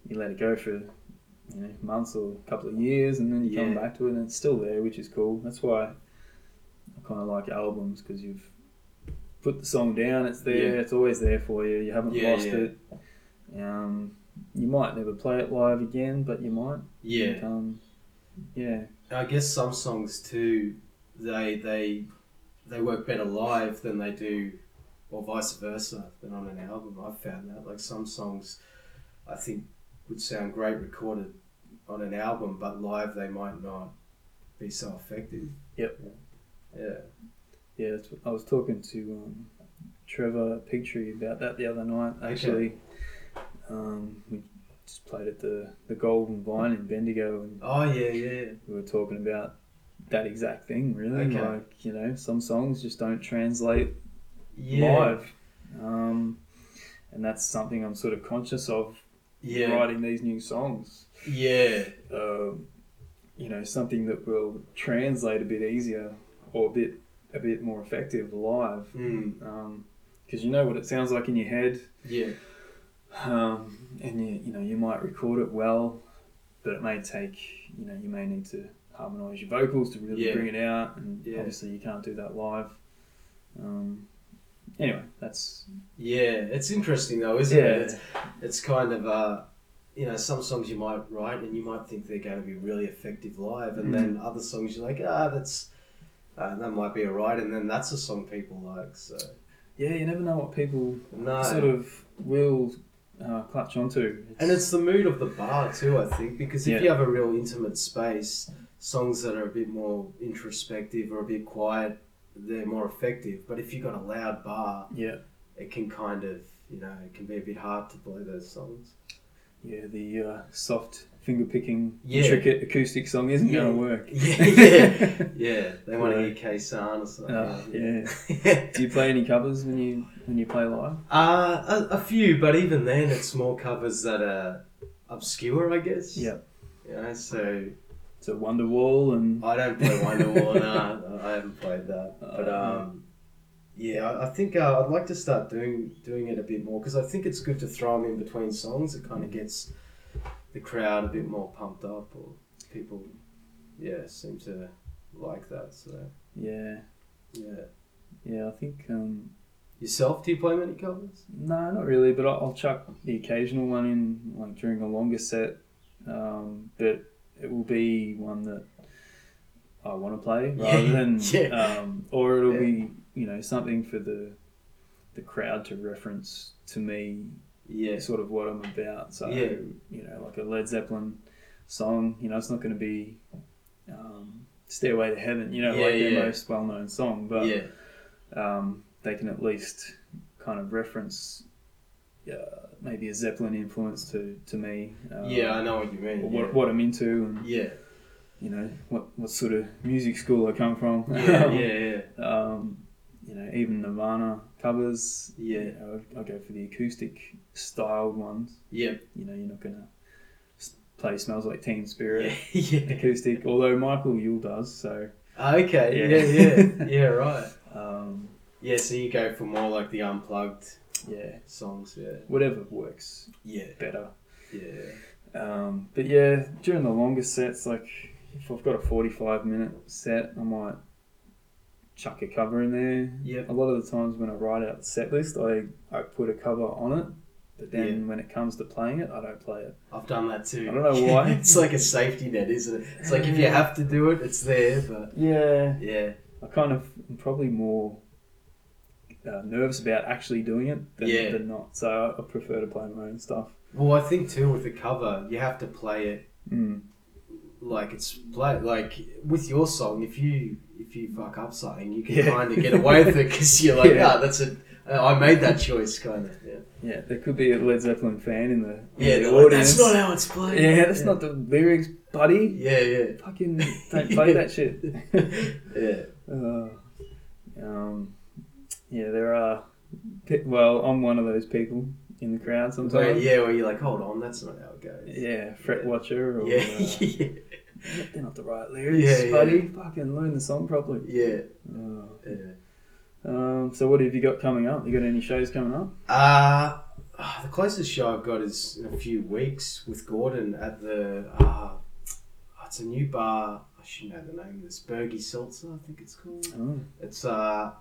Speaker 2: you let it go for, you know, months or a couple of years, and then you come
Speaker 3: Yeah.
Speaker 2: back to it, and it's still there, which is cool. That's why I kind of like albums because you've put the song down. It's there.
Speaker 3: Yeah.
Speaker 2: It's always there for you. You haven't
Speaker 3: Yeah,
Speaker 2: lost
Speaker 3: yeah.
Speaker 2: it. Um, you might never play it live again, but you might.
Speaker 3: yeah.
Speaker 2: Um, yeah.
Speaker 3: I guess some songs too, they they they work better live than they do, or vice versa than on an album. I've found that like some songs, I think would sound great recorded on an album, but live they might not be so effective.
Speaker 2: Yep.
Speaker 3: Yeah.
Speaker 2: Yeah, that's what I was talking to um, Trevor Pigtree about that the other night.
Speaker 3: Okay.
Speaker 2: Actually, um, we just played at the the Golden Vine in Bendigo, and
Speaker 3: Oh yeah, yeah.
Speaker 2: we were talking about that exact thing. Really,
Speaker 3: Okay.
Speaker 2: like you know, some songs just don't translate
Speaker 3: Yeah.
Speaker 2: live. Um, and that's something I'm sort of conscious of
Speaker 3: Yeah.
Speaker 2: writing these new songs.
Speaker 3: Yeah.
Speaker 2: Um, you know, something that will translate a bit easier or a bit a bit more effective live.
Speaker 3: Mm.
Speaker 2: Because Um, you know what it sounds like in your head,
Speaker 3: Yeah.
Speaker 2: um, and you you know you might record it well, but it may take you know you may need to harmonise your vocals to really
Speaker 3: Yeah.
Speaker 2: bring it out, and
Speaker 3: Yeah.
Speaker 2: obviously you can't do that live. Um, anyway, that's
Speaker 3: Yeah. It's interesting though, isn't it? It's, it's kind of uh, you know some songs you might write and you might think they're going to be really effective live,
Speaker 2: Mm.
Speaker 3: and then other songs you're like, ah, that's uh, that might be alright, and then that's a song people like. So
Speaker 2: yeah, you never know what people
Speaker 3: no,
Speaker 2: sort of will uh, clutch onto.
Speaker 3: and it's the mood of the bar too, I think, because if
Speaker 2: Yeah.
Speaker 3: you have a real intimate space, songs that are a bit more introspective or a bit quiet, they're more effective. But if you've got a loud bar,
Speaker 2: yeah,
Speaker 3: it can kind of you know it can be a bit hard to play those songs.
Speaker 2: yeah, the uh, soft finger picking,
Speaker 3: Yeah.
Speaker 2: intricate acoustic song isn't
Speaker 3: Yeah.
Speaker 2: going to work.
Speaker 3: Yeah, [LAUGHS] yeah, yeah. They want to
Speaker 2: Yeah.
Speaker 3: hear K San or something.
Speaker 2: Uh, yeah. [LAUGHS]
Speaker 3: yeah. [LAUGHS]
Speaker 2: Do you play any covers when you when you play live?
Speaker 3: Uh, a, a few, but even then, it's more covers that are obscure, I guess.
Speaker 2: Yeah.
Speaker 3: You know, so
Speaker 2: So Wonderwall and
Speaker 3: I don't play
Speaker 2: [LAUGHS]
Speaker 3: Wonderwall. nah, I haven't played that.
Speaker 2: Oh,
Speaker 3: But um, yeah, I, I think uh, I'd like to start doing doing it a bit more because I think it's good to throw them in between songs. It
Speaker 2: Mm.
Speaker 3: kind of gets the crowd a bit more pumped up, or people, yeah, seem to like that. So
Speaker 2: yeah,
Speaker 3: yeah,
Speaker 2: yeah. I think um,
Speaker 3: yourself, do you play many covers?
Speaker 2: no, not really. But I'll, I'll chuck the occasional one in like during a longer set. Um, but it will be one that I want to play
Speaker 3: [LAUGHS] Yeah,
Speaker 2: rather than
Speaker 3: yeah.
Speaker 2: um, or it'll
Speaker 3: Yeah.
Speaker 2: be you know something for the the crowd to reference to me
Speaker 3: Yeah,
Speaker 2: sort of what I'm about. So
Speaker 3: Yeah.
Speaker 2: you know, like a Led Zeppelin song, you know, it's not going to be um, "Stairway to Heaven," you know,
Speaker 3: Yeah,
Speaker 2: like their
Speaker 3: yeah.
Speaker 2: most well-known song, but
Speaker 3: yeah,
Speaker 2: um, they can at least kind of reference uh, maybe a Zeppelin influence to to me. Um,
Speaker 3: yeah. I know what you
Speaker 2: or
Speaker 3: mean.
Speaker 2: What,
Speaker 3: yeah.
Speaker 2: what I'm into, and
Speaker 3: yeah.
Speaker 2: you know what what sort of music school I come from. [LAUGHS]
Speaker 3: yeah, yeah, yeah,
Speaker 2: um, you know, even Nirvana covers.
Speaker 3: Yeah.
Speaker 2: you know, I go for the acoustic styled ones.
Speaker 3: yeah,
Speaker 2: you know, you're not gonna s- play "Smells Like Teen Spirit"
Speaker 3: yeah.
Speaker 2: [LAUGHS] acoustic. Although Michael Yule does, so
Speaker 3: [LAUGHS] Okay, yeah, yeah, yeah, right.
Speaker 2: um,
Speaker 3: Yeah, so you go for more like the unplugged
Speaker 2: yeah,
Speaker 3: songs. Yeah,
Speaker 2: whatever works
Speaker 3: yeah,
Speaker 2: better.
Speaker 3: yeah,
Speaker 2: Um, but yeah, during the longer sets, like if I've got a 45 minute set, I might chuck a cover in there.
Speaker 3: Yep.
Speaker 2: A lot of the times when I write out the set list, I I put a cover on it. But then when it comes to playing it, I don't play it.
Speaker 3: I've done that too.
Speaker 2: I don't know why.
Speaker 3: [LAUGHS] it's like a safety net, isn't it? It's like if you have to do it, it's there. But
Speaker 2: Yeah.
Speaker 3: yeah,
Speaker 2: I kind of am probably more uh, nervous about actually doing it than,
Speaker 3: Yeah.
Speaker 2: than not. So I prefer to play my own stuff.
Speaker 3: well, I think too with the cover, you have to play it
Speaker 2: Mm.
Speaker 3: like it's play like with your song. If you if you fuck up something, you can
Speaker 2: Yeah.
Speaker 3: kind of get away with it because you're like,
Speaker 2: [LAUGHS] Yeah.
Speaker 3: ah, that's it. I made that choice, kind of. Yeah,
Speaker 2: Yeah, there could be a Led Zeppelin fan in the, in
Speaker 3: yeah.
Speaker 2: the
Speaker 3: they're like,
Speaker 2: audience.
Speaker 3: that's not how it's played.
Speaker 2: yeah, that's not the lyrics, buddy.
Speaker 3: Yeah,
Speaker 2: [LAUGHS]
Speaker 3: yeah. [LAUGHS]
Speaker 2: Fucking don't play that shit.
Speaker 3: yeah.
Speaker 2: Uh, um, yeah, there are. pe- Well, I'm one of those people in the crowd
Speaker 3: Where,
Speaker 2: sometimes.
Speaker 3: yeah, where you're like, hold on, that's not how it goes.
Speaker 2: Yeah, fret watcher. Or,
Speaker 3: [LAUGHS] Yeah.
Speaker 2: Uh,
Speaker 3: yeah.
Speaker 2: [LAUGHS] they're not the right lyrics,
Speaker 3: Yeah, yeah.
Speaker 2: buddy. Fucking learn the song properly.
Speaker 3: yeah.
Speaker 2: Oh. Um, so what have you got coming up? You got any shows coming up?
Speaker 3: Uh, ah, the closest show I've got is in a few weeks with Gordon at the. Uh, it's a new bar. I should know the name of this. Bergie Seltzer, I think it's called.
Speaker 2: Oh,
Speaker 3: It's uh,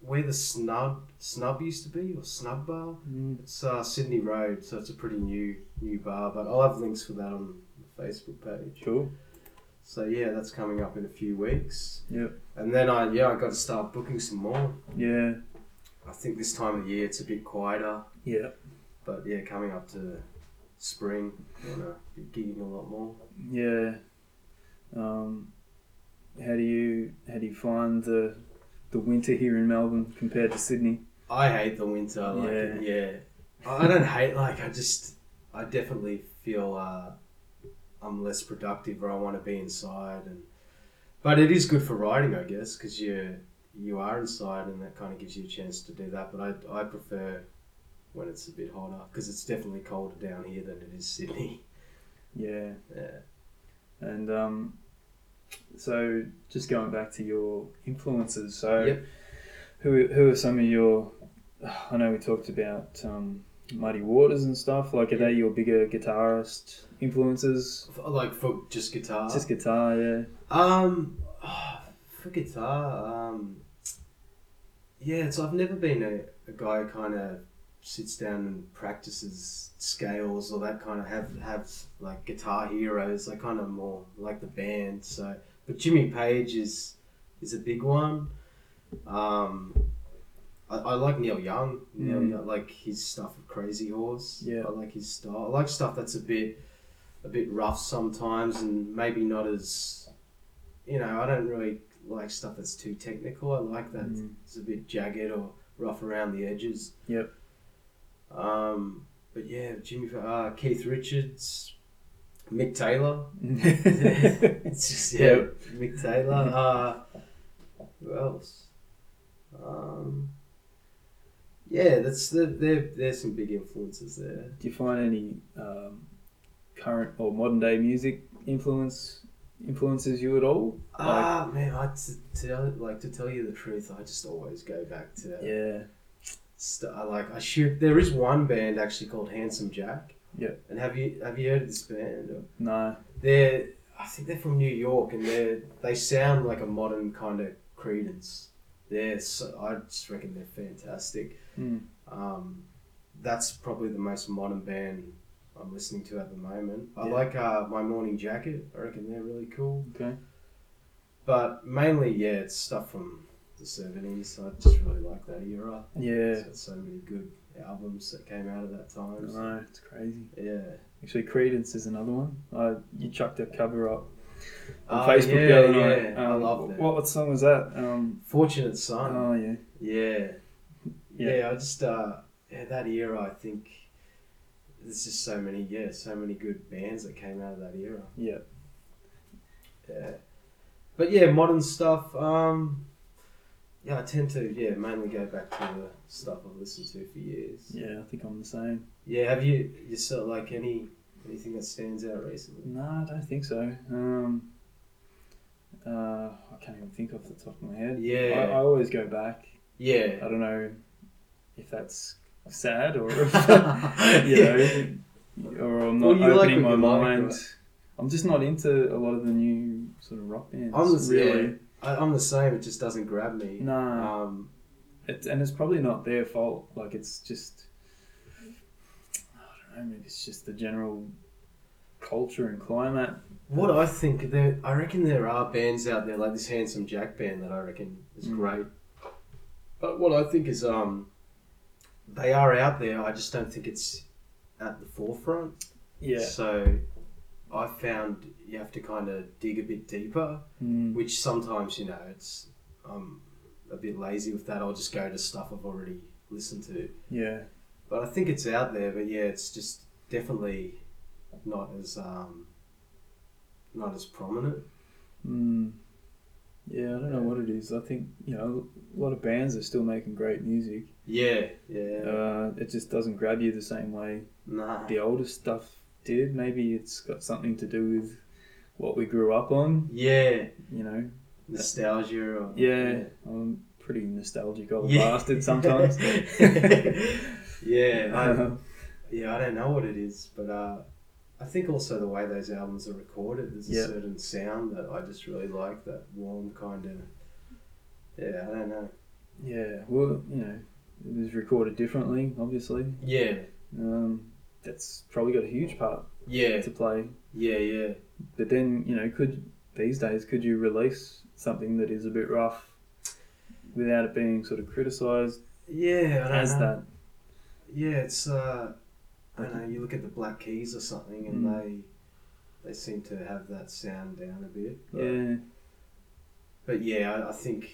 Speaker 3: where the snub snub used to be, or snub bar.
Speaker 2: mm,
Speaker 3: It's uh, Sydney Road, so it's a pretty new new bar. But I'll have links for that on the Facebook page.
Speaker 2: cool.
Speaker 3: So yeah, that's coming up in a few weeks.
Speaker 2: Yep.
Speaker 3: And then I yeah, I got to start booking some more.
Speaker 2: Yeah,
Speaker 3: I think this time of year it's a bit quieter,
Speaker 2: yeah,
Speaker 3: but yeah, coming up to spring, I'm gonna be gigging a lot more.
Speaker 2: yeah. Um, how do you how do you find the the winter here in Melbourne compared to Sydney?
Speaker 3: I hate the winter. Like, yeah. I I don't hate, like, I just, I definitely feel uh, I'm less productive or I want to be inside. and But it is good for writing, I guess, because you, you are inside and that kind of gives you a chance to do that. But I, I prefer when it's a bit hotter because it's definitely colder down here than it is Sydney. [LAUGHS]
Speaker 2: Yeah.
Speaker 3: Yeah.
Speaker 2: And um, so just going back to your influences. So
Speaker 3: Yep.
Speaker 2: who who are some of your? I know we talked about um, Muddy Waters and stuff. Like, are they your bigger guitarist influences?
Speaker 3: F- Like for just guitar.
Speaker 2: Just guitar, [LAUGHS] yeah.
Speaker 3: Um, for guitar, um, yeah, it's I've never been a, a guy who kind of sits down and practices scales or that kind of have have like guitar heroes. I kind of more like the band. So, but Jimmy Page is is a big one. Um, I, I like Neil Young. Neil
Speaker 2: Mm.
Speaker 3: Young, like his stuff with Crazy Horse.
Speaker 2: Yeah.
Speaker 3: I like his style. I like stuff that's a bit a bit rough sometimes and maybe not as you know i don't really like stuff that's too technical i like that
Speaker 2: Mm.
Speaker 3: it's a bit jagged or rough around the edges
Speaker 2: Yep.
Speaker 3: um but yeah jimmy uh, keith richards mick taylor [LAUGHS] it's just yeah
Speaker 2: Yep. [LAUGHS]
Speaker 3: mick taylor uh who else um yeah that's the there there's some big influences there
Speaker 2: Do you find any um, current or modern day music influence influences you at all?
Speaker 3: Ah man, I t- tell like to tell you the truth, I just always go back to
Speaker 2: Yeah.
Speaker 3: st- I like I shoot. There is one band actually called Handsome Jack.
Speaker 2: Yeah.
Speaker 3: And have you have you heard of this band?
Speaker 2: No.
Speaker 3: They're I think they're from New York, and they are they sound like a modern kind of Credence. They're so, I just reckon they're fantastic.
Speaker 2: Mm.
Speaker 3: Um, that's probably the most modern band I'm listening to at the moment. I
Speaker 2: Yeah.
Speaker 3: like uh, My Morning Jacket. I reckon they're really cool.
Speaker 2: Okay.
Speaker 3: But mainly, yeah, it's stuff from the 70s. I just really like that era.
Speaker 2: Yeah.
Speaker 3: It's got so many good albums that came out of that
Speaker 2: I
Speaker 3: time.
Speaker 2: don't
Speaker 3: so-
Speaker 2: know. It's crazy.
Speaker 3: yeah.
Speaker 2: Actually, Credence is another one. I you chucked a cover up on
Speaker 3: Oh,
Speaker 2: Facebook
Speaker 3: yeah,
Speaker 2: the other
Speaker 3: yeah,
Speaker 2: night.
Speaker 3: I
Speaker 2: Um,
Speaker 3: love that.
Speaker 2: What, what song was that? Um,
Speaker 3: Fortunate Son.
Speaker 2: oh yeah,
Speaker 3: yeah.
Speaker 2: Yeah.
Speaker 3: yeah. I just, uh, yeah, that era, I think there's just so many, yeah, so many good bands that came out of that era.
Speaker 2: yeah.
Speaker 3: Yeah. But yeah, modern stuff, um, yeah, I tend to, yeah, mainly go back to the stuff I've listened to for years.
Speaker 2: Yeah, I think I'm the same.
Speaker 3: Yeah, have you you saw like any anything that stands out recently?
Speaker 2: No, I don't think so. Um, uh, I can't even think off the top of my head.
Speaker 3: Yeah.
Speaker 2: I, I always go back. I
Speaker 3: Yeah.
Speaker 2: don't know if that's sad
Speaker 3: [LAUGHS]
Speaker 2: or [LAUGHS] if, you
Speaker 3: yeah.
Speaker 2: know, or I'm
Speaker 3: Well,
Speaker 2: not
Speaker 3: you like
Speaker 2: opening
Speaker 3: what
Speaker 2: my
Speaker 3: you like,
Speaker 2: mind. I'm just not into a lot of the new sort of rock bands.
Speaker 3: I'm the,
Speaker 2: really.
Speaker 3: yeah, I, I'm the same. It just doesn't grab me.
Speaker 2: Nah.
Speaker 3: Um,
Speaker 2: It's, and it's probably not their fault. Like it's just, I don't know. Maybe it's just the general culture and climate.
Speaker 3: what I think there, I reckon there are bands out there like this Handsome Jack band that I reckon is
Speaker 2: Mm.
Speaker 3: great. But what I think is, um, they are out there. I just don't think it's at the forefront.
Speaker 2: Yeah.
Speaker 3: So, I found you have to kind of dig a bit deeper.
Speaker 2: Mm.
Speaker 3: which sometimes you know it's I'm a bit lazy with that. I'll just go to stuff I've already listened to.
Speaker 2: Yeah.
Speaker 3: But I think it's out there. But yeah, it's just definitely not as um, not as prominent.
Speaker 2: Mm. Yeah. I don't know what it is. I think you know a lot of bands are still making great music.
Speaker 3: Yeah, yeah,
Speaker 2: Uh, it just doesn't grab you the same way
Speaker 3: nah,
Speaker 2: the older stuff did. Maybe it's got something to do with what we grew up on.
Speaker 3: yeah,
Speaker 2: You know.
Speaker 3: nostalgia. Or,
Speaker 2: Yeah. I'm a pretty nostalgic old
Speaker 3: Yeah.
Speaker 2: bastard sometimes.
Speaker 3: yeah, [LAUGHS]
Speaker 2: [LAUGHS]
Speaker 3: I,
Speaker 2: Um,
Speaker 3: yeah. I don't know what it is, but uh, I think also the way those albums are recorded, there's
Speaker 2: Yeah.
Speaker 3: a certain sound that I just really like. That warm kind of. Yeah, I don't know.
Speaker 2: Yeah, well, you know, it was recorded differently, obviously.
Speaker 3: Yeah,
Speaker 2: Um, that's probably got a huge part
Speaker 3: yeah,
Speaker 2: to play.
Speaker 3: yeah, yeah,
Speaker 2: But then, you know, could these days could you release something that is a bit rough without it being sort of criticised
Speaker 3: yeah. I don't
Speaker 2: as
Speaker 3: know.
Speaker 2: that?
Speaker 3: Yeah, it's uh, I don't know. You look at the Black Keys or something, and
Speaker 2: Mm.
Speaker 3: they they seem to have that sound down a bit. But,
Speaker 2: Yeah,
Speaker 3: but yeah, I, I think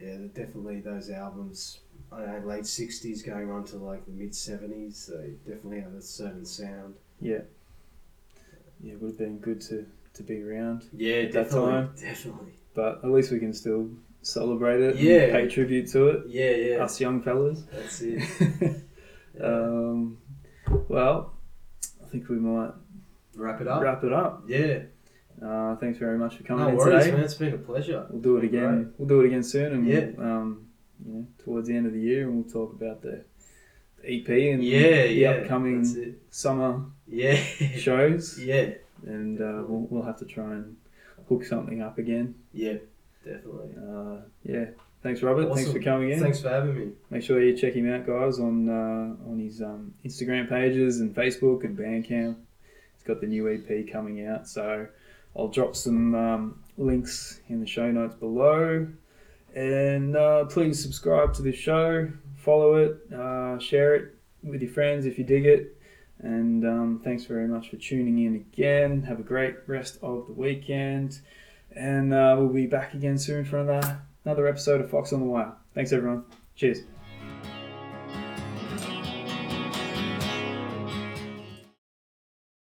Speaker 3: yeah, they're definitely those albums. I don't know, late '60s going on to like the mid '70s. They definitely have a certain sound.
Speaker 2: Yeah. Yeah, it would have been good to, to be around.
Speaker 3: Yeah,
Speaker 2: At that
Speaker 3: definitely,
Speaker 2: time.
Speaker 3: definitely.
Speaker 2: But at least we can still celebrate it
Speaker 3: Yeah.
Speaker 2: and pay tribute to it.
Speaker 3: Yeah, yeah,
Speaker 2: Us young fellas.
Speaker 3: that's
Speaker 2: [LAUGHS]
Speaker 3: it. Yeah.
Speaker 2: um, well, I think we might
Speaker 3: Wrap it up.
Speaker 2: wrap it up.
Speaker 3: yeah,
Speaker 2: Uh, thanks very much for coming
Speaker 3: no
Speaker 2: in
Speaker 3: worries,
Speaker 2: today.
Speaker 3: man. It's been a pleasure.
Speaker 2: We'll do it again.
Speaker 3: Right.
Speaker 2: We'll do it again soon, and
Speaker 3: Yeah.
Speaker 2: we'll, um, you know, towards the end of the year, and we'll talk about the EP and
Speaker 3: Yeah,
Speaker 2: the
Speaker 3: yeah.
Speaker 2: upcoming
Speaker 3: That's it.
Speaker 2: summer
Speaker 3: Yeah, [LAUGHS]
Speaker 2: shows,
Speaker 3: yeah,
Speaker 2: and uh, we'll, we'll have to try and hook something up again.
Speaker 3: yeah. Definitely.
Speaker 2: Uh, yeah. Thanks, Robert. Thanks
Speaker 3: Awesome.
Speaker 2: for coming in.
Speaker 3: Thanks for having me.
Speaker 2: Make sure you check him out, guys, on uh, on his um, Instagram pages and Facebook and Bandcamp. He's got the new EP coming out, so I'll drop some um, links in the show notes below. And uh, please subscribe to the show, follow it, uh, share it with your friends if you dig it. And um, thanks very much for tuning in again. Have a great rest of the weekend, and uh, we'll be back again soon for another another episode of Fox on the Wire. Thanks, everyone. Cheers.